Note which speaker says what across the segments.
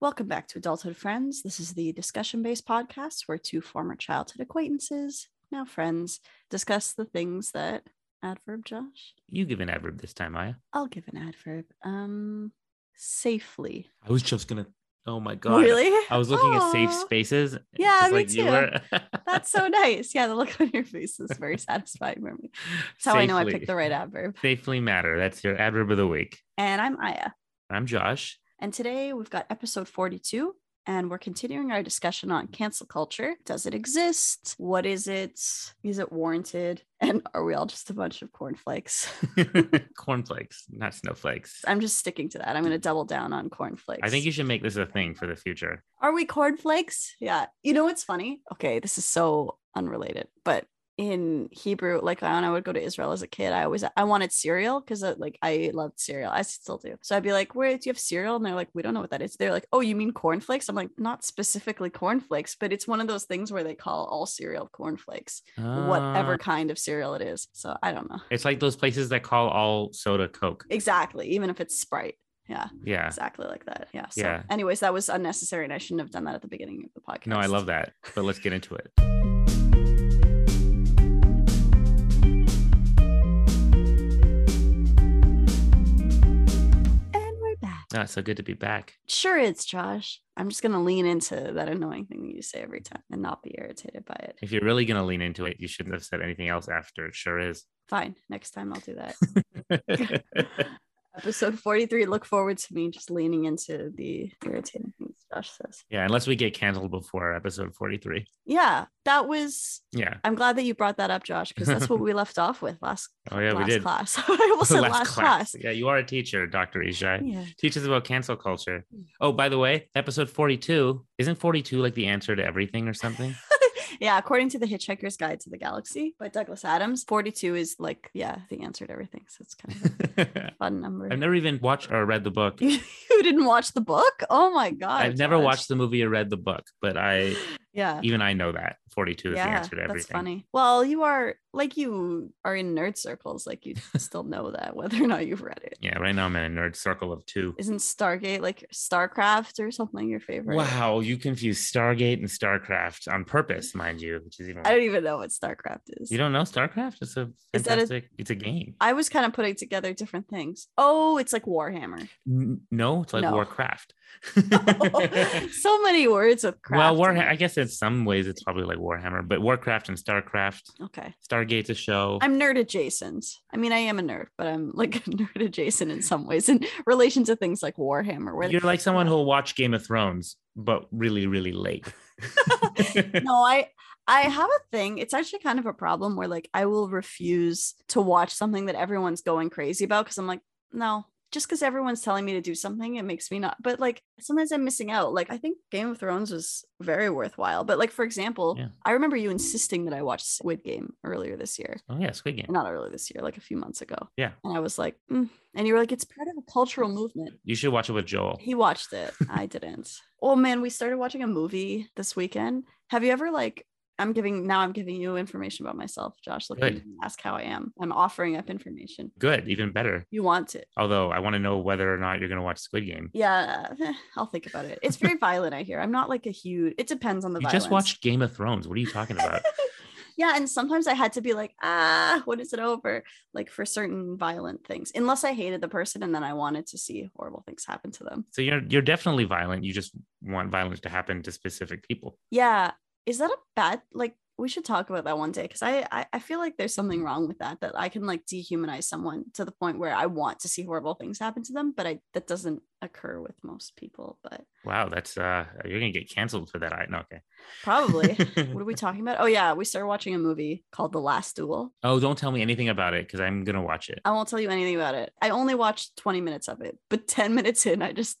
Speaker 1: Welcome back to Adulthood Friends. This is the discussion based podcast where two former childhood acquaintances, now friends, discuss the things that adverb, Josh.
Speaker 2: You give an adverb this time, Maya.
Speaker 1: I'll give an adverb. Um, safely.
Speaker 2: I was just gonna. Oh my god!
Speaker 1: Really?
Speaker 2: I was looking at safe
Speaker 1: Aw.
Speaker 2: spaces.
Speaker 1: Yeah,
Speaker 2: just
Speaker 1: me
Speaker 2: like you
Speaker 1: too.
Speaker 2: were.
Speaker 1: That's so nice. Yeah, the look on your face is very satisfying for me. That's how I know I
Speaker 2: Safely.
Speaker 1: picked the right adverb.
Speaker 2: Safely matter. That's your adverb of the week.
Speaker 1: And I'm Aya.
Speaker 2: I'm Josh.
Speaker 1: And today we've got episode 42, and we're continuing our discussion on cancel culture. Does it exist? What is it? Is it warranted? And are we all just a bunch of cornflakes?
Speaker 2: cornflakes, not snowflakes.
Speaker 1: I'm just sticking to that. I'm going to double down on cornflakes.
Speaker 2: I think you should make this a thing for the future.
Speaker 1: Are we cornflakes? Yeah. You know what's funny? Okay, this is so unrelated, but in Hebrew, like when I would go to Israel as a kid, I always I wanted cereal because like I loved cereal. I still do. So I'd be like, "Where do you have cereal?" And they're like, "We don't know what that is." They're like, "Oh, you mean cornflakes?" I'm like, "Not specifically cornflakes, but it's one of those things where they call all cereal cornflakes, whatever
Speaker 2: Ah,
Speaker 1: kind of cereal it is." So I don't know
Speaker 2: It's like those places that call all soda Coke.
Speaker 1: exactly, even if it's Sprite. Yeah,
Speaker 2: Yeah.
Speaker 1: exactly like that. Yeah. So,
Speaker 2: Yeah.
Speaker 1: anyways, that was unnecessary, and I shouldn't have done that at the beginning of the podcast.
Speaker 2: No, I love that. But let's get into it.
Speaker 1: And we're back.
Speaker 2: Ah, so good to be back.
Speaker 1: Sure, it's Josh. I'm just going to lean into that annoying thing that you say every time and not be irritated by it.
Speaker 2: If you're really gonna lean into it, you shouldn't have said anything else after. It sure is.
Speaker 1: Fine. Next time I'll do that. Episode 43. Look forward to me just leaning into the irritating things Josh says.
Speaker 2: yeah, unless we get canceled before episode 43.
Speaker 1: Yeah, that was.
Speaker 2: Yeah.
Speaker 1: I'm glad that you brought that up, Josh, because that's what we left off with last,
Speaker 2: Oh yeah, we
Speaker 1: last
Speaker 2: did.
Speaker 1: class. I almost said last class. Hmm.
Speaker 2: Yeah, you are a teacher, Dr. Ishai.
Speaker 1: Yeah.
Speaker 2: Teach us about cancel culture.
Speaker 1: Hmm.
Speaker 2: Oh, by the way, episode 42. Isn't 42 like the answer to everything or something?
Speaker 1: yeah, according to the Hitchhiker's Guide to the Galaxy by Douglas Adams, 42 is like, yeah, the answer to everything. So it's kind of
Speaker 2: I've
Speaker 1: a fun number.
Speaker 2: never even watched or read the book.
Speaker 1: You, you didn't watch the book? Oh my god.
Speaker 2: I've never
Speaker 1: Josh.
Speaker 2: watched the movie or read the book, but I
Speaker 1: Yeah.
Speaker 2: even I know that 42 is the
Speaker 1: Yeah,
Speaker 2: answer to everything.
Speaker 1: that's funny. Well, you are like you are in nerd circles, like you still know that whether or not you've read it.
Speaker 2: Yeah, right now I'm in a nerd circle of two.
Speaker 1: Isn't Stargate like StarCraft or something your favorite?
Speaker 2: Wow, you confuse Stargate and StarCraft on purpose, mind you, which is even
Speaker 1: I don't even know what StarCraft is.
Speaker 2: You don't know StarCraft? It's a
Speaker 1: Is that a-
Speaker 2: fantastic it's a game.
Speaker 1: I was kind of putting together different things. Oh, it's like Warhammer.
Speaker 2: N- no, it's like
Speaker 1: No.
Speaker 2: Warcraft.
Speaker 1: so many words with craft.
Speaker 2: well, War
Speaker 1: in it.
Speaker 2: I guess in some ways it's probably like Warhammer, but Warcraft and Starcraft,
Speaker 1: Okay.
Speaker 2: Stargate's a show.
Speaker 1: I'm nerd adjacent. I mean, I am a nerd, but I'm like nerd adjacent in some ways in relation to things like Warhammer. Where
Speaker 2: You're like someone who'll watch Game of Thrones, but really, really late.
Speaker 1: no, I I have a thing. It's actually kind of a problem where like I will refuse to watch something that everyone's going crazy about because I'm like, no, just because everyone's telling me to do something, it makes me not. But like sometimes I'm missing out. Like I think Game of Thrones was very worthwhile. But like for example,
Speaker 2: Yeah.
Speaker 1: I remember you insisting that I watch Squid Game earlier this year.
Speaker 2: oh yeah, Squid Game.
Speaker 1: Not earlier this year, like a few months ago.
Speaker 2: Yeah.
Speaker 1: And I was like, mm. and you were like, it's part of a cultural movement.
Speaker 2: You should watch it with Joel.
Speaker 1: He watched it. I didn't. Oh man, we started watching a movie this weekend. Have you ever like I'm giving now I'm giving you information about myself, Josh. Look
Speaker 2: Good.
Speaker 1: you didn't ask how I am. I'm offering up information.
Speaker 2: Good, even better.
Speaker 1: You want it.
Speaker 2: Although I want to know whether or not you're going to watch Squid Game.
Speaker 1: Yeah, eh, I'll think about it. It's very violent, I hear. I'm not like a huge it depends on the
Speaker 2: You
Speaker 1: violence.
Speaker 2: just watched Game of Thrones. What are you talking about?
Speaker 1: yeah, and sometimes I had to be like, ah, when is it over? Like for certain violent things. Unless I hated the person and then I wanted to see horrible things happen to them.
Speaker 2: so you're you're definitely violent. You just want violence to happen to specific people.
Speaker 1: Yeah. Is that a bad like we should talk about that one day because I, I I feel like there's something wrong with that that I can like dehumanize someone to the point where I want to see horrible things happen to them, but I that doesn't occur with most people, but
Speaker 2: Wow, that's uh you're gonna get canceled for that. I no, okay.
Speaker 1: probably. what are we talking about? Oh yeah, we started watching a movie called The Last Duel.
Speaker 2: oh, don't tell me anything about it because I'm gonna watch it.
Speaker 1: I won't tell you anything about it. I only watched 20 minutes of it, but 10 minutes in, I just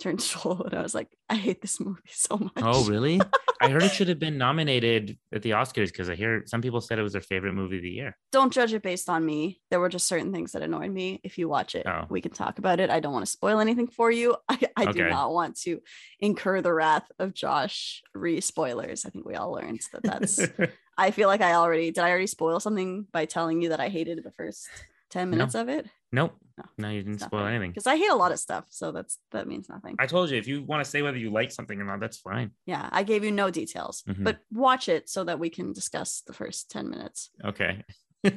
Speaker 1: turned to Joel and I was like, I hate this movie so much.
Speaker 2: Oh, really? I heard it should have been nominated at the Oscars because I hear some people said it was their favorite movie of the year.
Speaker 1: don't judge it based on me. There were just certain things that annoyed me. If you watch it,
Speaker 2: Oh.
Speaker 1: we can talk about it. I don't want to spoil anything for you. I, I do
Speaker 2: Okay.
Speaker 1: not want to incur the wrath of Josh re spoilers. I think we all learned that that's, I feel like I already did. I already spoil something by telling you that I hated the first 10
Speaker 2: No.
Speaker 1: minutes of it.
Speaker 2: nope, No, you didn't spoil anything.
Speaker 1: because I hate a lot of stuff, so that's that means nothing.
Speaker 2: I told you if you want to say whether you like something or not, that's fine.
Speaker 1: yeah, I gave you no details,
Speaker 2: Mhm.
Speaker 1: but watch it so that we can discuss the first ten minutes.
Speaker 2: Okay. Oh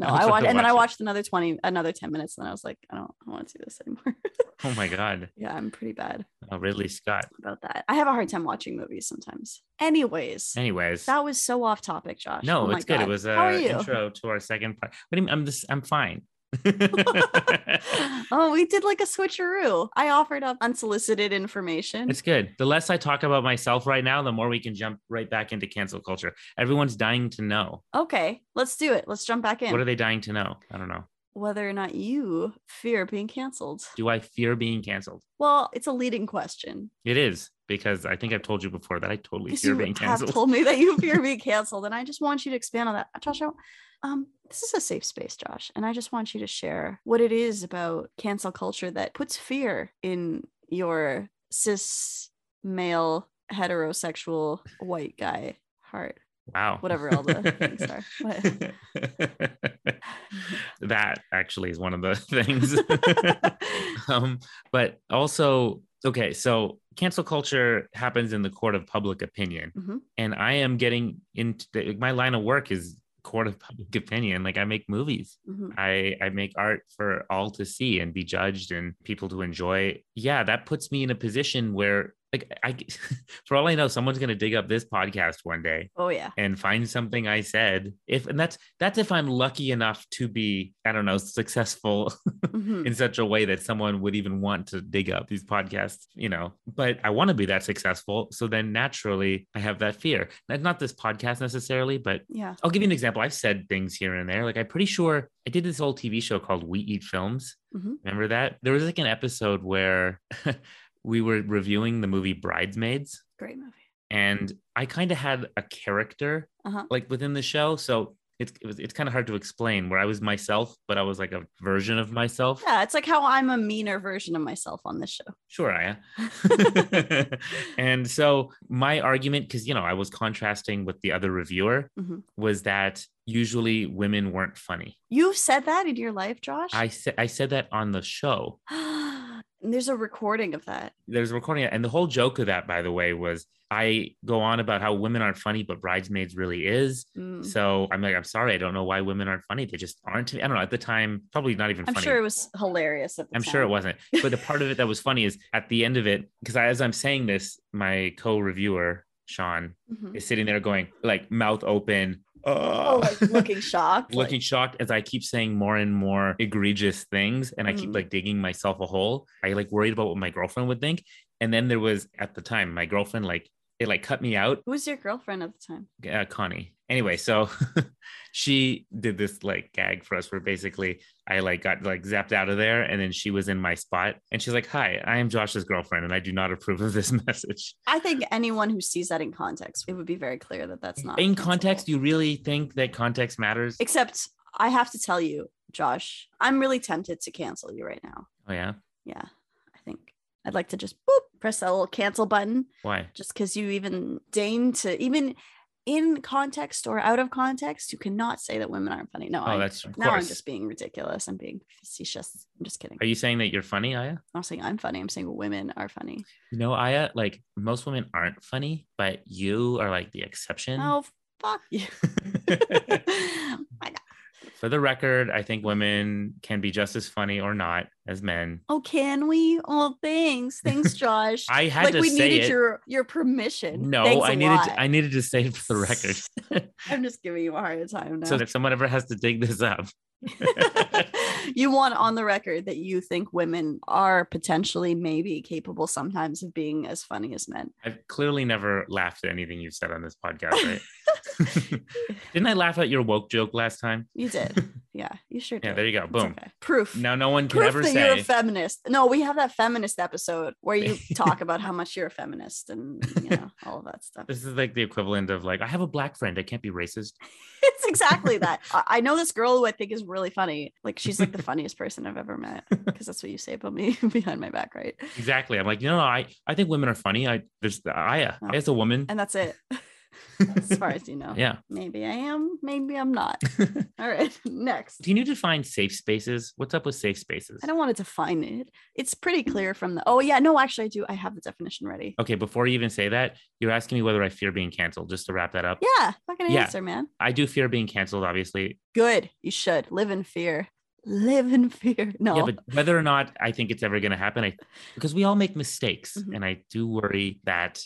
Speaker 1: no,
Speaker 2: I'll
Speaker 1: I
Speaker 2: have
Speaker 1: watched,
Speaker 2: to
Speaker 1: and then I
Speaker 2: watch it.
Speaker 1: watched another twenty, another ten minutes, and then I was like, I don't, I don't want to do this anymore.
Speaker 2: oh my god.
Speaker 1: yeah, I'm pretty bad
Speaker 2: Oh, Ridley Scott.
Speaker 1: about that. I have a hard time watching movies sometimes. Anyways,
Speaker 2: Anyways.
Speaker 1: that was so off topic, Josh.
Speaker 2: no,
Speaker 1: Oh my
Speaker 2: it's good. It
Speaker 1: God.
Speaker 2: was
Speaker 1: How are
Speaker 2: a
Speaker 1: you?
Speaker 2: intro to our second part. What do you mean? I'm this I'm fine.
Speaker 1: oh, we did like a switcheroo. I offered up unsolicited information.
Speaker 2: It's good. The less I talk about myself right now, the more we can jump right back into cancel culture. Everyone's dying to know.
Speaker 1: okay, let's do it. Let's jump back in.
Speaker 2: What are they dying to know? I don't know.
Speaker 1: Whether or not you fear being canceled.
Speaker 2: Do I fear being canceled?
Speaker 1: Well, it's a leading question.
Speaker 2: It is because I think I've told you before that I totally
Speaker 1: Because
Speaker 2: fear
Speaker 1: you
Speaker 2: being
Speaker 1: have
Speaker 2: canceled.
Speaker 1: told me that you fear being canceled, and I just want you to expand on that, Josh. I, um, this is a safe space, Josh, and I just want you to share what it is about cancel culture that puts fear in your cis male heterosexual white guy heart.
Speaker 2: wow.
Speaker 1: Whatever all the things are. What?
Speaker 2: that actually is one of the things. um, but also, okay, so cancel culture happens in the court of public opinion.
Speaker 1: Mhm.
Speaker 2: And I am getting into the, my line of work is court of public opinion. Like I make movies.
Speaker 1: Mhm.
Speaker 2: I, I make art for all to see and be judged and people to enjoy. Yeah, that puts me in a position where like I for all I know, someone's gonna dig up this podcast one day
Speaker 1: Oh yeah.
Speaker 2: and find something I said. If and that's that's if I'm lucky enough to be, I don't know, successful
Speaker 1: Mhm.
Speaker 2: in such a way that someone would even want to dig up these podcasts, you know. But I want to be that successful. So then naturally I have that fear. Not not this podcast necessarily, but
Speaker 1: Yeah.
Speaker 2: I'll give you an example. I've said things here and there. Like I'm pretty sure I did this old TV show called We Eat Films.
Speaker 1: Mhm.
Speaker 2: Remember that? There was like an episode where we were reviewing the movie Bridesmaids
Speaker 1: Great movie.
Speaker 2: and I kind of had a character
Speaker 1: Uh-huh.
Speaker 2: like within the show, so it's it was, it's kind of hard to explain where I was myself, but I was like a version of myself.
Speaker 1: Yeah, it's like how I'm a meaner version of myself on this show.
Speaker 2: Sure, I am. and so my argument, because you know I was contrasting with the other reviewer,
Speaker 1: Mhm.
Speaker 2: was that usually women weren't funny.
Speaker 1: You've said that in your life, Josh.
Speaker 2: I said I said that on the show.
Speaker 1: and there's a recording of that.
Speaker 2: There's a recording, and the whole joke of that, by the way, was I go on about how women aren't funny, but bridesmaids really is.
Speaker 1: Mm.
Speaker 2: So I'm like, I'm sorry, I don't know why women aren't funny. They just aren't. to me." I don't know. At the time, probably not even
Speaker 1: I'm
Speaker 2: funny.
Speaker 1: sure it was hilarious at the
Speaker 2: I'm
Speaker 1: time.
Speaker 2: sure it wasn't. But the part of it that was funny is at the end of it, because as I'm saying this, my co-reviewer Sean
Speaker 1: Mhm.
Speaker 2: is sitting there going, like mouth open,
Speaker 1: Oh,
Speaker 2: oh,
Speaker 1: like looking shocked.
Speaker 2: looking
Speaker 1: Like,
Speaker 2: shocked as I keep saying more and more egregious things, and I keep
Speaker 1: Mhm.
Speaker 2: like digging myself a hole. I like worried about what my girlfriend would think. And then there was at the time my girlfriend like it like cut me out
Speaker 1: who was your girlfriend at the time?
Speaker 2: uh, Connie. Anyway, so she did this like gag for us where basically I like got like zapped out of there and then she was in my spot and she's like, "Hi, I am Josh's girlfriend and I do not approve of this message."
Speaker 1: I think anyone who sees that in context, it would be very clear that that's not
Speaker 2: in
Speaker 1: cancelable.
Speaker 2: context, you really think that context matters?
Speaker 1: Except I have to tell you, Josh, I'm really tempted to cancel you right now.
Speaker 2: Oh yeah.
Speaker 1: Yeah, I think I'd like to just boop press that little cancel button
Speaker 2: Why?
Speaker 1: just because you even deign to even in context or out of context, you cannot say that women aren't funny. No,
Speaker 2: oh,
Speaker 1: I,
Speaker 2: that's of
Speaker 1: now I'm
Speaker 2: course.
Speaker 1: just being ridiculous. I'm being facetious. I'm just kidding.
Speaker 2: Are you saying that you're funny, Aya?
Speaker 1: I'm not saying I'm funny. I'm saying women are funny.
Speaker 2: You know, Aya, like most women aren't funny, but you are like the exception.
Speaker 1: Oh fuck you. My God.
Speaker 2: For the record, I think women can be just as funny or not as men.
Speaker 1: oh, can we? Oh, thanks, thanks, Josh.
Speaker 2: I had
Speaker 1: like
Speaker 2: to
Speaker 1: we
Speaker 2: say
Speaker 1: needed
Speaker 2: it.
Speaker 1: your your permission.
Speaker 2: No,
Speaker 1: Thanks
Speaker 2: I
Speaker 1: a
Speaker 2: needed
Speaker 1: lot.
Speaker 2: to, I needed to say it for the record.
Speaker 1: I'm just giving you a hard time now.
Speaker 2: so if someone ever has to dig this up,
Speaker 1: you want on the record that you think women are potentially maybe capable sometimes of being as funny as men.
Speaker 2: I've clearly never laughed at anything you've said on this podcast, right? Didn't I laugh at your woke joke last time?
Speaker 1: You did. Yeah, you sure did.
Speaker 2: Yeah, there you go.
Speaker 1: It's
Speaker 2: Boom.
Speaker 1: okay. Proof.
Speaker 2: Now no one can
Speaker 1: Proof
Speaker 2: ever
Speaker 1: that you're a
Speaker 2: say
Speaker 1: feminist. No, we have that feminist episode where you talk about how much you're a feminist and you know all of that stuff.
Speaker 2: this is like the equivalent of like I have a black friend. I can't be racist.
Speaker 1: It's exactly that. I I know this girl who I think is really funny. Like she's like the funniest person I've ever met because that's what you say about me behind my back, right?
Speaker 2: Exactly. I'm like, no, no, I, I think women are funny. I there's Aya.
Speaker 1: Oh.
Speaker 2: Aya's a woman.
Speaker 1: And that's it. as far as you know.
Speaker 2: yeah.
Speaker 1: Maybe I am, maybe I'm not.
Speaker 2: Do
Speaker 1: All right, next.
Speaker 2: you need to find safe spaces? What's up with safe spaces?
Speaker 1: I don't want to define it. It's pretty clear from the. Oh yeah, no, actually, I do. I have the definition ready.
Speaker 2: Okay, before you even say that, you're asking me whether I fear being canceled. Just to wrap that up,
Speaker 1: Yeah, fucking
Speaker 2: Yeah.
Speaker 1: answer, man.
Speaker 2: I do fear being canceled, obviously.
Speaker 1: Good. You should live in fear. Live in fear. No.
Speaker 2: Yeah, but whether or not I think it's ever going to happen, I because we all make mistakes,
Speaker 1: Mhm.
Speaker 2: and I do worry that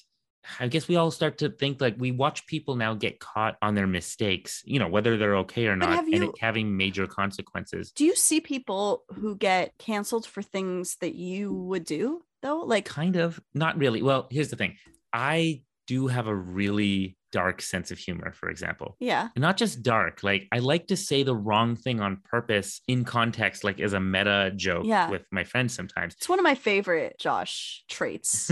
Speaker 2: I guess we all start to think like we watch people now get caught on their mistakes, you know, whether they're okay or
Speaker 1: But
Speaker 2: not,
Speaker 1: have
Speaker 2: and
Speaker 1: you-
Speaker 2: it having major consequences.
Speaker 1: do you see people who get canceled for things that you would do though? Like,
Speaker 2: Kind of, not really. Well, here's the thing: I do have a really dark sense of humor, for example.
Speaker 1: yeah,
Speaker 2: And not just dark like i like to say the wrong thing on purpose in context like as a meta joke
Speaker 1: Yeah.
Speaker 2: with my friends sometimes
Speaker 1: it's one of my favorite Josh traits.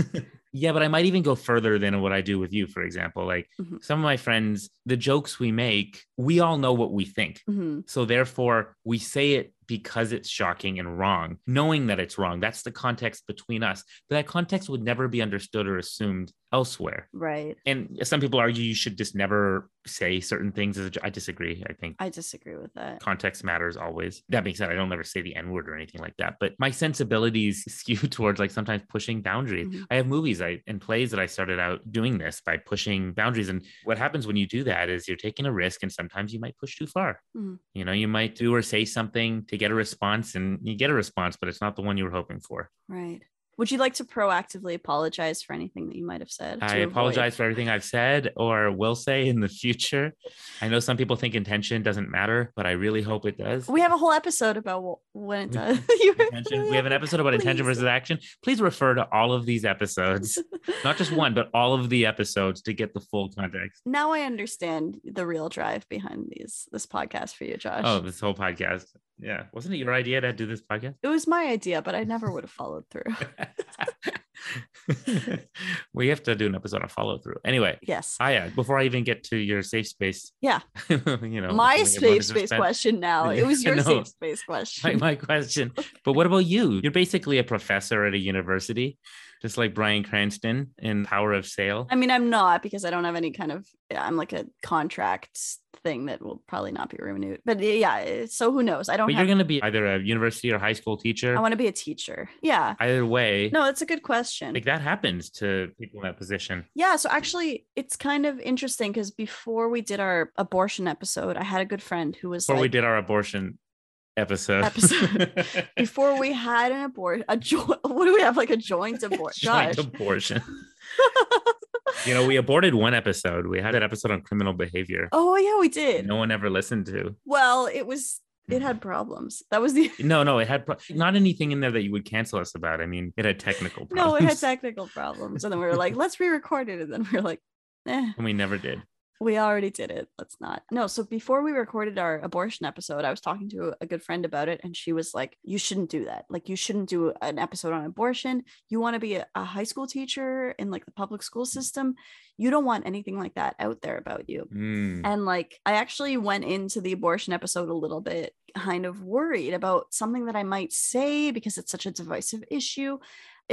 Speaker 2: yeah but i might even go further than what i do with you for example like
Speaker 1: Mhm.
Speaker 2: some of my friends the jokes we make we all know what we think
Speaker 1: Mhm.
Speaker 2: so therefore we say it because it's shocking and wrong knowing that it's wrong that's the context between us but that context would never be understood or assumed elsewhere
Speaker 1: Right.
Speaker 2: and some people argue you should just never say certain things as a jo- i disagree i think
Speaker 1: I disagree with that.
Speaker 2: context matters always. That being said, I don't ever say the N word or anything like that, but my sensibilities skew towards like sometimes pushing boundaries.
Speaker 1: Mhm.
Speaker 2: I have movies I, and plays that I started out doing this by pushing boundaries. And what happens when you do that is you're taking a risk and sometimes you might push too far.
Speaker 1: Mhm.
Speaker 2: You know, you might do or say something to get a response and you get a response, but it's not the one you were hoping for.
Speaker 1: Right. Would you like to proactively apologize for anything that you might have said?
Speaker 2: I
Speaker 1: to avoid-
Speaker 2: apologize for everything I've said or will say in the future. I know some people think intention doesn't matter, but I really hope it does.
Speaker 1: We have a whole episode about wh- when it
Speaker 2: We-
Speaker 1: does. You were-
Speaker 2: intention. We have an episode about intention
Speaker 1: Please.
Speaker 2: versus action. Please refer to all of these episodes, not just one, but all of the episodes to get the full context.
Speaker 1: Now I understand the real drive behind these this podcast for you, Josh.
Speaker 2: Oh, this whole podcast. Yeah. Wasn't it your idea to do this podcast?
Speaker 1: It was my idea, but I never would have followed through.
Speaker 2: we have to do an episode on follow through. Anyway,
Speaker 1: Yes.
Speaker 2: Aya, before I even get to your safe space.
Speaker 1: Yeah.
Speaker 2: you know,
Speaker 1: my
Speaker 2: everyone
Speaker 1: safe
Speaker 2: is
Speaker 1: space
Speaker 2: spent-
Speaker 1: question now. It was
Speaker 2: I
Speaker 1: your
Speaker 2: know.
Speaker 1: safe space
Speaker 2: My,
Speaker 1: question.
Speaker 2: my question. But what about you? You're basically a professor at a university, just like Brian Cranston in Power of Sale.
Speaker 1: I mean, I'm not because I don't have any kind of. I'm like a contract thing that will probably not be renewed. But yeah, eh, so who knows? I don't.
Speaker 2: But
Speaker 1: Have,
Speaker 2: you're going to be either a university or high school teacher.
Speaker 1: I want to be a teacher. Yeah.
Speaker 2: either way,
Speaker 1: No, that's a good question.
Speaker 2: like that happens to people in that position.
Speaker 1: Yeah, so actually, it's kind of interesting because before we did our abortion episode, I had a good friend who was
Speaker 2: Before
Speaker 1: like,
Speaker 2: we did our abortion episode,
Speaker 1: Episode. before we had an abortion, a joint. What do we have? Like a joint abortion?
Speaker 2: Joint
Speaker 1: Gosh,
Speaker 2: abortion. you know, we aborted one episode. We had that episode on criminal behavior.
Speaker 1: oh yeah, we did.
Speaker 2: No Mm-hmm. one ever listened to.
Speaker 1: Well, it was it had problems. That was the
Speaker 2: No, no, it had pro- not anything in there that you would cancel us about. I mean, it had technical problems.
Speaker 1: no, it had technical problems, and then we were like, let's re-record it, and then we are like, eh,
Speaker 2: and we never did.
Speaker 1: we already did it. Let's not. No, so before we recorded our abortion episode, I was talking to a good friend about it, and she was like, You shouldn't do that. Like, you shouldn't do an episode on abortion. You want to be a, a high school teacher in like the public school system. You don't want anything like that out there about you.
Speaker 2: Mm.
Speaker 1: And like, I actually went into the abortion episode a little bit kind of worried about something that I might say because it's such a divisive issue.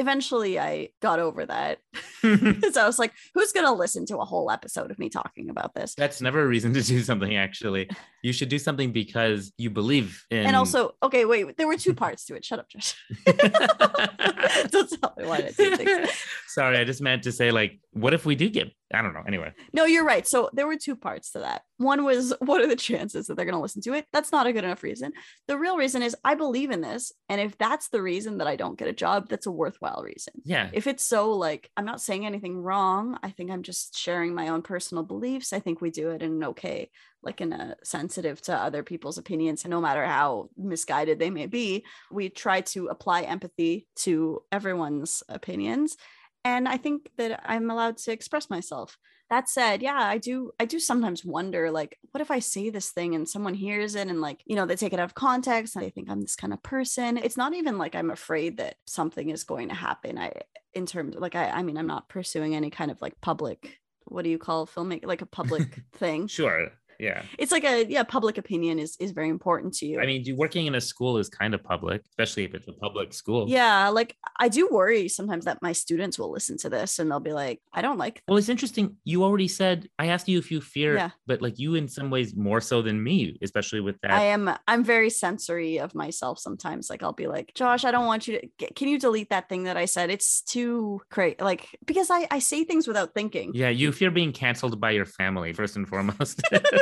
Speaker 1: Eventually, I got over that because I was like, who's going to listen to a whole episode of me talking about this?
Speaker 2: That's never a reason to do something, actually. You should do something because you believe in.
Speaker 1: And also, okay, wait, there were two parts to it. Shut up, Josh. Don't tell me why I did things.
Speaker 2: Sorry, I just meant to say, like, what if we do get? I don't know. Anyway,
Speaker 1: No, you're right. So there were two parts to that. One was, what are the chances that they're going to listen to it? That's not a good enough reason. The real reason is, I believe in this. And if that's the reason that I don't get a job, that's a worthwhile reason.
Speaker 2: yeah,
Speaker 1: if it's so like i'm not saying anything wrong i think i'm just sharing my own personal beliefs i think we do it in an okay like in a sensitive to other people's opinions no matter how misguided they may be we try to apply empathy to everyone's opinions and i think that i'm allowed to express myself that said yeah i do i do sometimes wonder like what if i say this thing and someone hears it and like you know they take it out of context and they think i'm this kind of person it's not even like i'm afraid that something is going to happen i in terms like i i mean i'm not pursuing any kind of like public what do you call filmmaking like a public thing
Speaker 2: sure. yeah.
Speaker 1: It's like a yeah, public opinion is is very important to you.
Speaker 2: I mean, do- working in a school is kind of public, especially if it's a public school.
Speaker 1: yeah, like I do worry sometimes that my students will listen to this and they'll be like, I don't like
Speaker 2: Well, it's interesting. You already said I asked you if you fear,
Speaker 1: Yeah.
Speaker 2: but like you, in some ways, more so than me, especially with that.
Speaker 1: I am I'm very sensory of myself sometimes. Like I'll be like, Josh, I don't want you to get, can you delete that thing that I said? It's too crazy. Like because I I say things without thinking.
Speaker 2: yeah, you fear being canceled by your family first and foremost.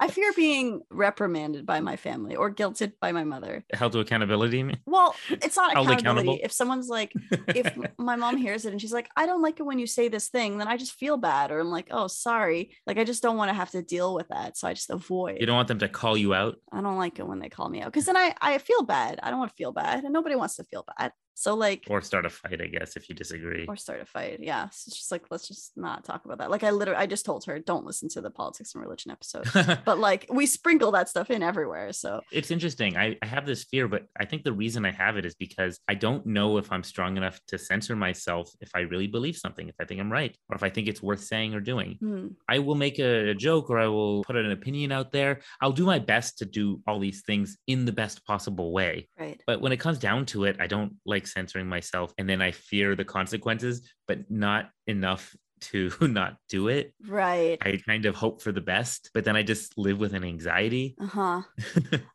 Speaker 1: I fear being reprimanded by my family or guilted by my mother.
Speaker 2: Held to accountability. you mean?
Speaker 1: Well, it's not
Speaker 2: Held accountable.
Speaker 1: accountability. If someone's like, if m- my mom hears it and she's like, I don't like it when you say this thing, then I just feel bad. Or I'm like, oh, sorry. Like, I just don't want to have to deal with that. So I just avoid.
Speaker 2: you don't want them to call you out.
Speaker 1: I don't like it when they call me out because then I, I feel bad. I don't want to feel bad. And nobody wants to feel bad. So, like,
Speaker 2: or start a fight, I guess, if you disagree.
Speaker 1: or start a fight. Yeah. So she's like, let's just not talk about that. Like, I literally, I just told her, don't listen to the politics and religion episode. but like, we sprinkle that stuff in everywhere. So,
Speaker 2: it's interesting. I, I have this fear, but I think the reason I have it is because I don't know if I'm strong enough to censor myself if I really believe something, if I think I'm right, or if I think it's worth saying or doing.
Speaker 1: hmm.
Speaker 2: I will make a, a joke or I will put an opinion out there. I'll do my best to do all these things in the best possible way.
Speaker 1: right.
Speaker 2: But when it comes down to it, I don't like censoring myself. And then I fear the consequences, but not enough to not do it.
Speaker 1: Right.
Speaker 2: I kind of hope for the best, but then I just live with an anxiety.
Speaker 1: Uh huh.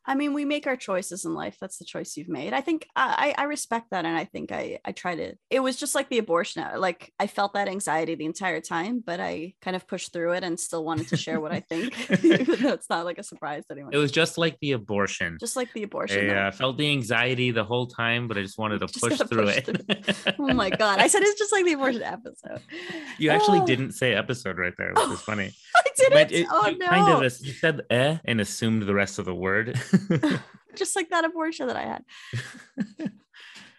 Speaker 1: I mean, we make our choices in life. That's the choice you've made. I think I, I I respect that, and I think I I try to. It was just like the abortion. I- Like I felt that anxiety the entire time, but I kind of pushed through it and still wanted to share what I think. Even though it's not like a surprise to anyone.
Speaker 2: It was just like the abortion.
Speaker 1: just like the abortion.
Speaker 2: I
Speaker 1: though.
Speaker 2: uh, felt the anxiety the whole time, but I just wanted to
Speaker 1: Just
Speaker 2: push
Speaker 1: gotta
Speaker 2: through
Speaker 1: push
Speaker 2: it.
Speaker 1: Oh my god! I said it's just like the abortion episode.
Speaker 2: you actually
Speaker 1: Oh,
Speaker 2: didn't say episode right there, which is funny.
Speaker 1: I
Speaker 2: But
Speaker 1: didn't.
Speaker 2: it-
Speaker 1: oh
Speaker 2: you
Speaker 1: no!
Speaker 2: Kind of as- you said eh and assumed the rest of the word.
Speaker 1: just like that abortion that I had.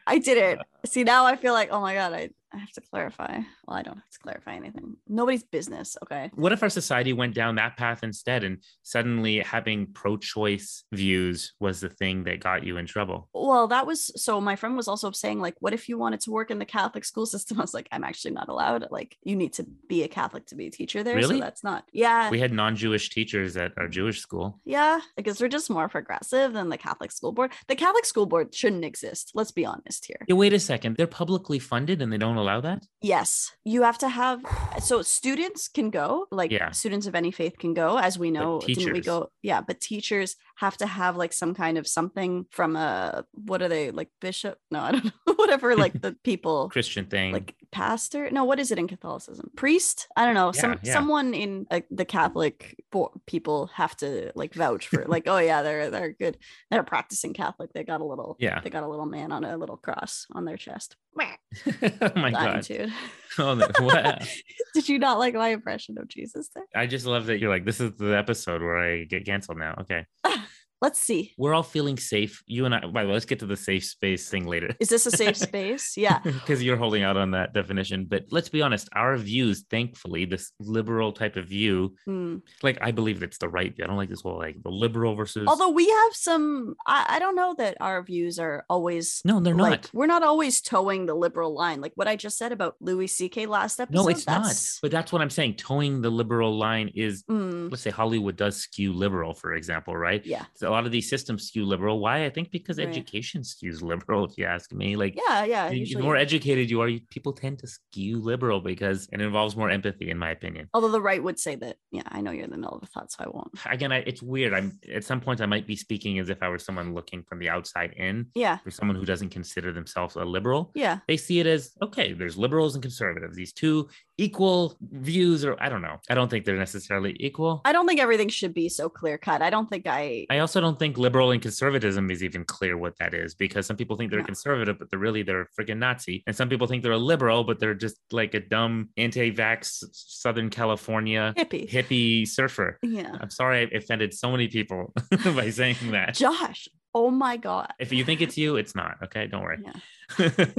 Speaker 1: I did it.
Speaker 2: Uh,
Speaker 1: See, now I feel like, oh my God, I, I have to clarify. Well, I don't have to clarify anything. Nobody's business. Okay.
Speaker 2: what if our society went down that path instead and suddenly having pro choice views was the thing that got you in trouble?
Speaker 1: Well, that was so my friend was also saying, like, what if you wanted to work in the Catholic school system? I was like, I'm actually not allowed. Like, you need to be a Catholic to be a teacher there.
Speaker 2: Really?
Speaker 1: So that's not, yeah.
Speaker 2: We had non Jewish teachers at our Jewish school.
Speaker 1: yeah, I guess they're just more progressive than the Catholic school board. The Catholic school board shouldn't exist. Let's be honest here.
Speaker 2: Yeah, wait a second. They're publicly funded and they don't allow that?
Speaker 1: Yes, you have to have uh, so students can go, like
Speaker 2: Yeah.
Speaker 1: students of any faith can go, as we know. Didn't we
Speaker 2: teachers.
Speaker 1: go? Yeah, but teachers have to have like some kind of something from a what are they like bishop? No, I don't know. Whatever, like the people
Speaker 2: Christian thing.
Speaker 1: like pastor. No, what is it in Catholicism? Priest? I don't know. some
Speaker 2: Yeah, yeah.
Speaker 1: someone in like the Catholic bo- people have to like vouch for like, oh yeah, they're they're good. They're practicing Catholic. They got a little
Speaker 2: yeah.
Speaker 1: they got a little man on a little cross on their chest.
Speaker 2: oh my God.
Speaker 1: Attitude.
Speaker 2: Oh, no. What?
Speaker 1: Did you not like my impression of Jesus there?
Speaker 2: I just love that you're like, this is the episode where I get canceled now. Okay.
Speaker 1: Let's see.
Speaker 2: We're all feeling safe. You and I, by the way, let's get to the safe space thing later.
Speaker 1: Is this a safe space? Yeah.
Speaker 2: Because you're holding out on that definition. But let's be honest, our views, thankfully, this liberal type of view,
Speaker 1: Hmm.
Speaker 2: like I believe it's the right view. I don't like this whole like the liberal versus.
Speaker 1: Although we have some, I, I don't know that our views are always
Speaker 2: no, they're
Speaker 1: like,
Speaker 2: not.
Speaker 1: we're not always towing the liberal line. Like what I just said about Louis C.K. last episode.
Speaker 2: No, it's
Speaker 1: that's-
Speaker 2: not. But that's what I'm saying. Towing the liberal line is,
Speaker 1: Hmm.
Speaker 2: let's say Hollywood does skew liberal, for example, right?
Speaker 1: yeah.
Speaker 2: So a lot of these systems skew liberal. Why? I think because
Speaker 1: Right.
Speaker 2: education skews liberal, if you ask me. Like,
Speaker 1: Yeah. Yeah.
Speaker 2: And
Speaker 1: Usually.
Speaker 2: the more educated you are, you, people tend to skew liberal because it involves more empathy, in my opinion.
Speaker 1: Although the right would say that, yeah, I know you're in the middle of a thought, so I won't.
Speaker 2: Again, I, it's weird. I'm at some points I might be speaking as if I were someone looking from the outside in,
Speaker 1: Yeah.
Speaker 2: for someone who doesn't consider themselves a liberal.
Speaker 1: Yeah.
Speaker 2: They see it as okay. There's liberals and conservatives. These two equal views, or I don't know. I don't think they're necessarily equal.
Speaker 1: I don't think everything should be so clear cut. I don't think I,
Speaker 2: I also don't think liberal and conservatism is even clear what that is because some people think they're
Speaker 1: No.
Speaker 2: conservative, but they're really they're freaking Nazi, and some people think they're a liberal, but they're just like a dumb anti-vax Southern California
Speaker 1: hippie.
Speaker 2: hippie surfer.
Speaker 1: Yeah.
Speaker 2: I'm sorry I offended so many people by saying that.
Speaker 1: Josh. Oh my God.
Speaker 2: If you think it's you, it's not. Okay, don't worry.
Speaker 1: Yeah.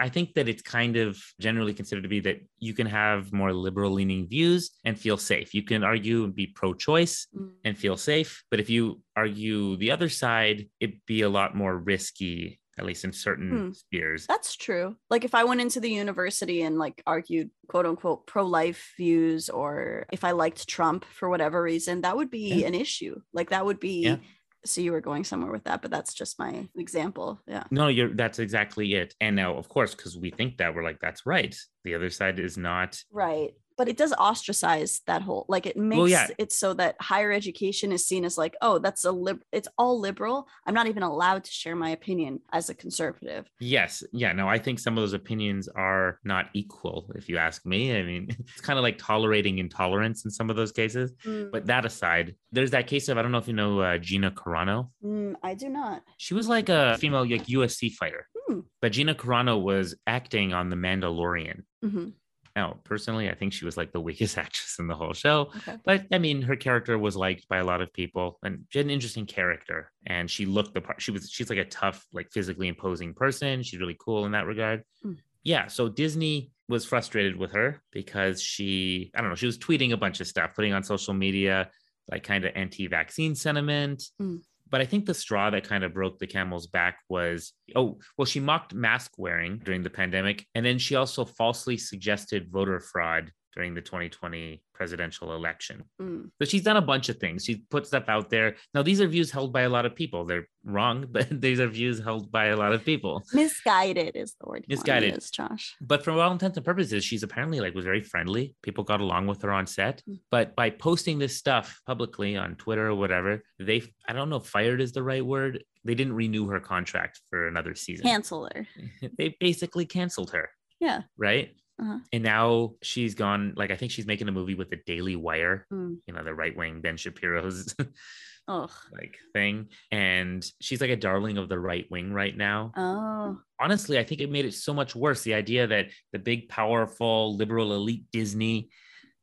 Speaker 2: I think that it's kind of generally considered to be that you can have more liberal leaning views and feel safe. You can argue and be pro choice
Speaker 1: Mm.
Speaker 2: and feel safe. But if you argue the other side, it'd be a lot more risky. at least in certain
Speaker 1: Hmm.
Speaker 2: spheres.
Speaker 1: That's true. Like if I went into the university and like argued quote unquote pro life views or if I liked Trump for whatever reason, that would be
Speaker 2: Yeah.
Speaker 1: an issue. Like that would be
Speaker 2: Yeah.
Speaker 1: so you were going somewhere with that, but that's just my example. Yeah.
Speaker 2: No, you're that's exactly it. And now, of course, because we think that we're like, that's right. The other side is not
Speaker 1: Right. But it does ostracize that whole like it makes
Speaker 2: yeah.
Speaker 1: it so that higher education is seen as like, oh, that's a lib it's all liberal. I'm not even allowed to share my opinion as a conservative.
Speaker 2: Yes. Yeah. No, I think some of those opinions are not equal, if you ask me. I mean, it's kind of like tolerating intolerance in some of those cases. But that aside, there's that case of, I don't know if you know uh, Gina Carano.
Speaker 1: Mm, I do not.
Speaker 2: She was like a female like USC fighter,
Speaker 1: Hmm.
Speaker 2: but Gina Carano was acting on The Mandalorian.
Speaker 1: Mhm.
Speaker 2: Now, personally, I think she was like the weakest actress in the whole show.
Speaker 1: Okay.
Speaker 2: But I mean, her character was liked by a lot of people, and she had an interesting character. And she looked the part. She was she's like a tough, like physically imposing person. She's really cool in that regard.
Speaker 1: Mm.
Speaker 2: Yeah. So Disney was frustrated with her because she, I don't know, she was tweeting a bunch of stuff, putting on social media like kind of anti-vaccine sentiment.
Speaker 1: Mm.
Speaker 2: But I think the straw that kind of broke the camel's back was oh, well, she mocked mask wearing during the pandemic. And then she also falsely suggested voter fraud during the 2020 presidential election.
Speaker 1: Mm.
Speaker 2: But she's done a bunch of things. She put stuff out there. Now, these are views held by a lot of people. They're wrong, but these are views held by a lot of people.
Speaker 1: Misguided is the word. you wanna
Speaker 2: Misguided.
Speaker 1: use, Josh.
Speaker 2: But for all intents and purposes, she's apparently like was very friendly. People got along with her on set.
Speaker 1: Mm.
Speaker 2: But by posting this stuff publicly on Twitter or whatever, they I don't know if fired is the right word. They didn't renew her contract for another season.
Speaker 1: Cancel her.
Speaker 2: they basically canceled her,
Speaker 1: Yeah.
Speaker 2: right?
Speaker 1: Uh-huh.
Speaker 2: And now she's gone. Like I think she's making a movie with the Daily Wire,
Speaker 1: Mm.
Speaker 2: you know, the right wing Ben Shapiro's
Speaker 1: Ugh.
Speaker 2: like thing. And she's like a darling of the right wing right now.
Speaker 1: Oh.
Speaker 2: Honestly, I think it made it so much worse. The idea that the big, powerful, liberal elite Disney.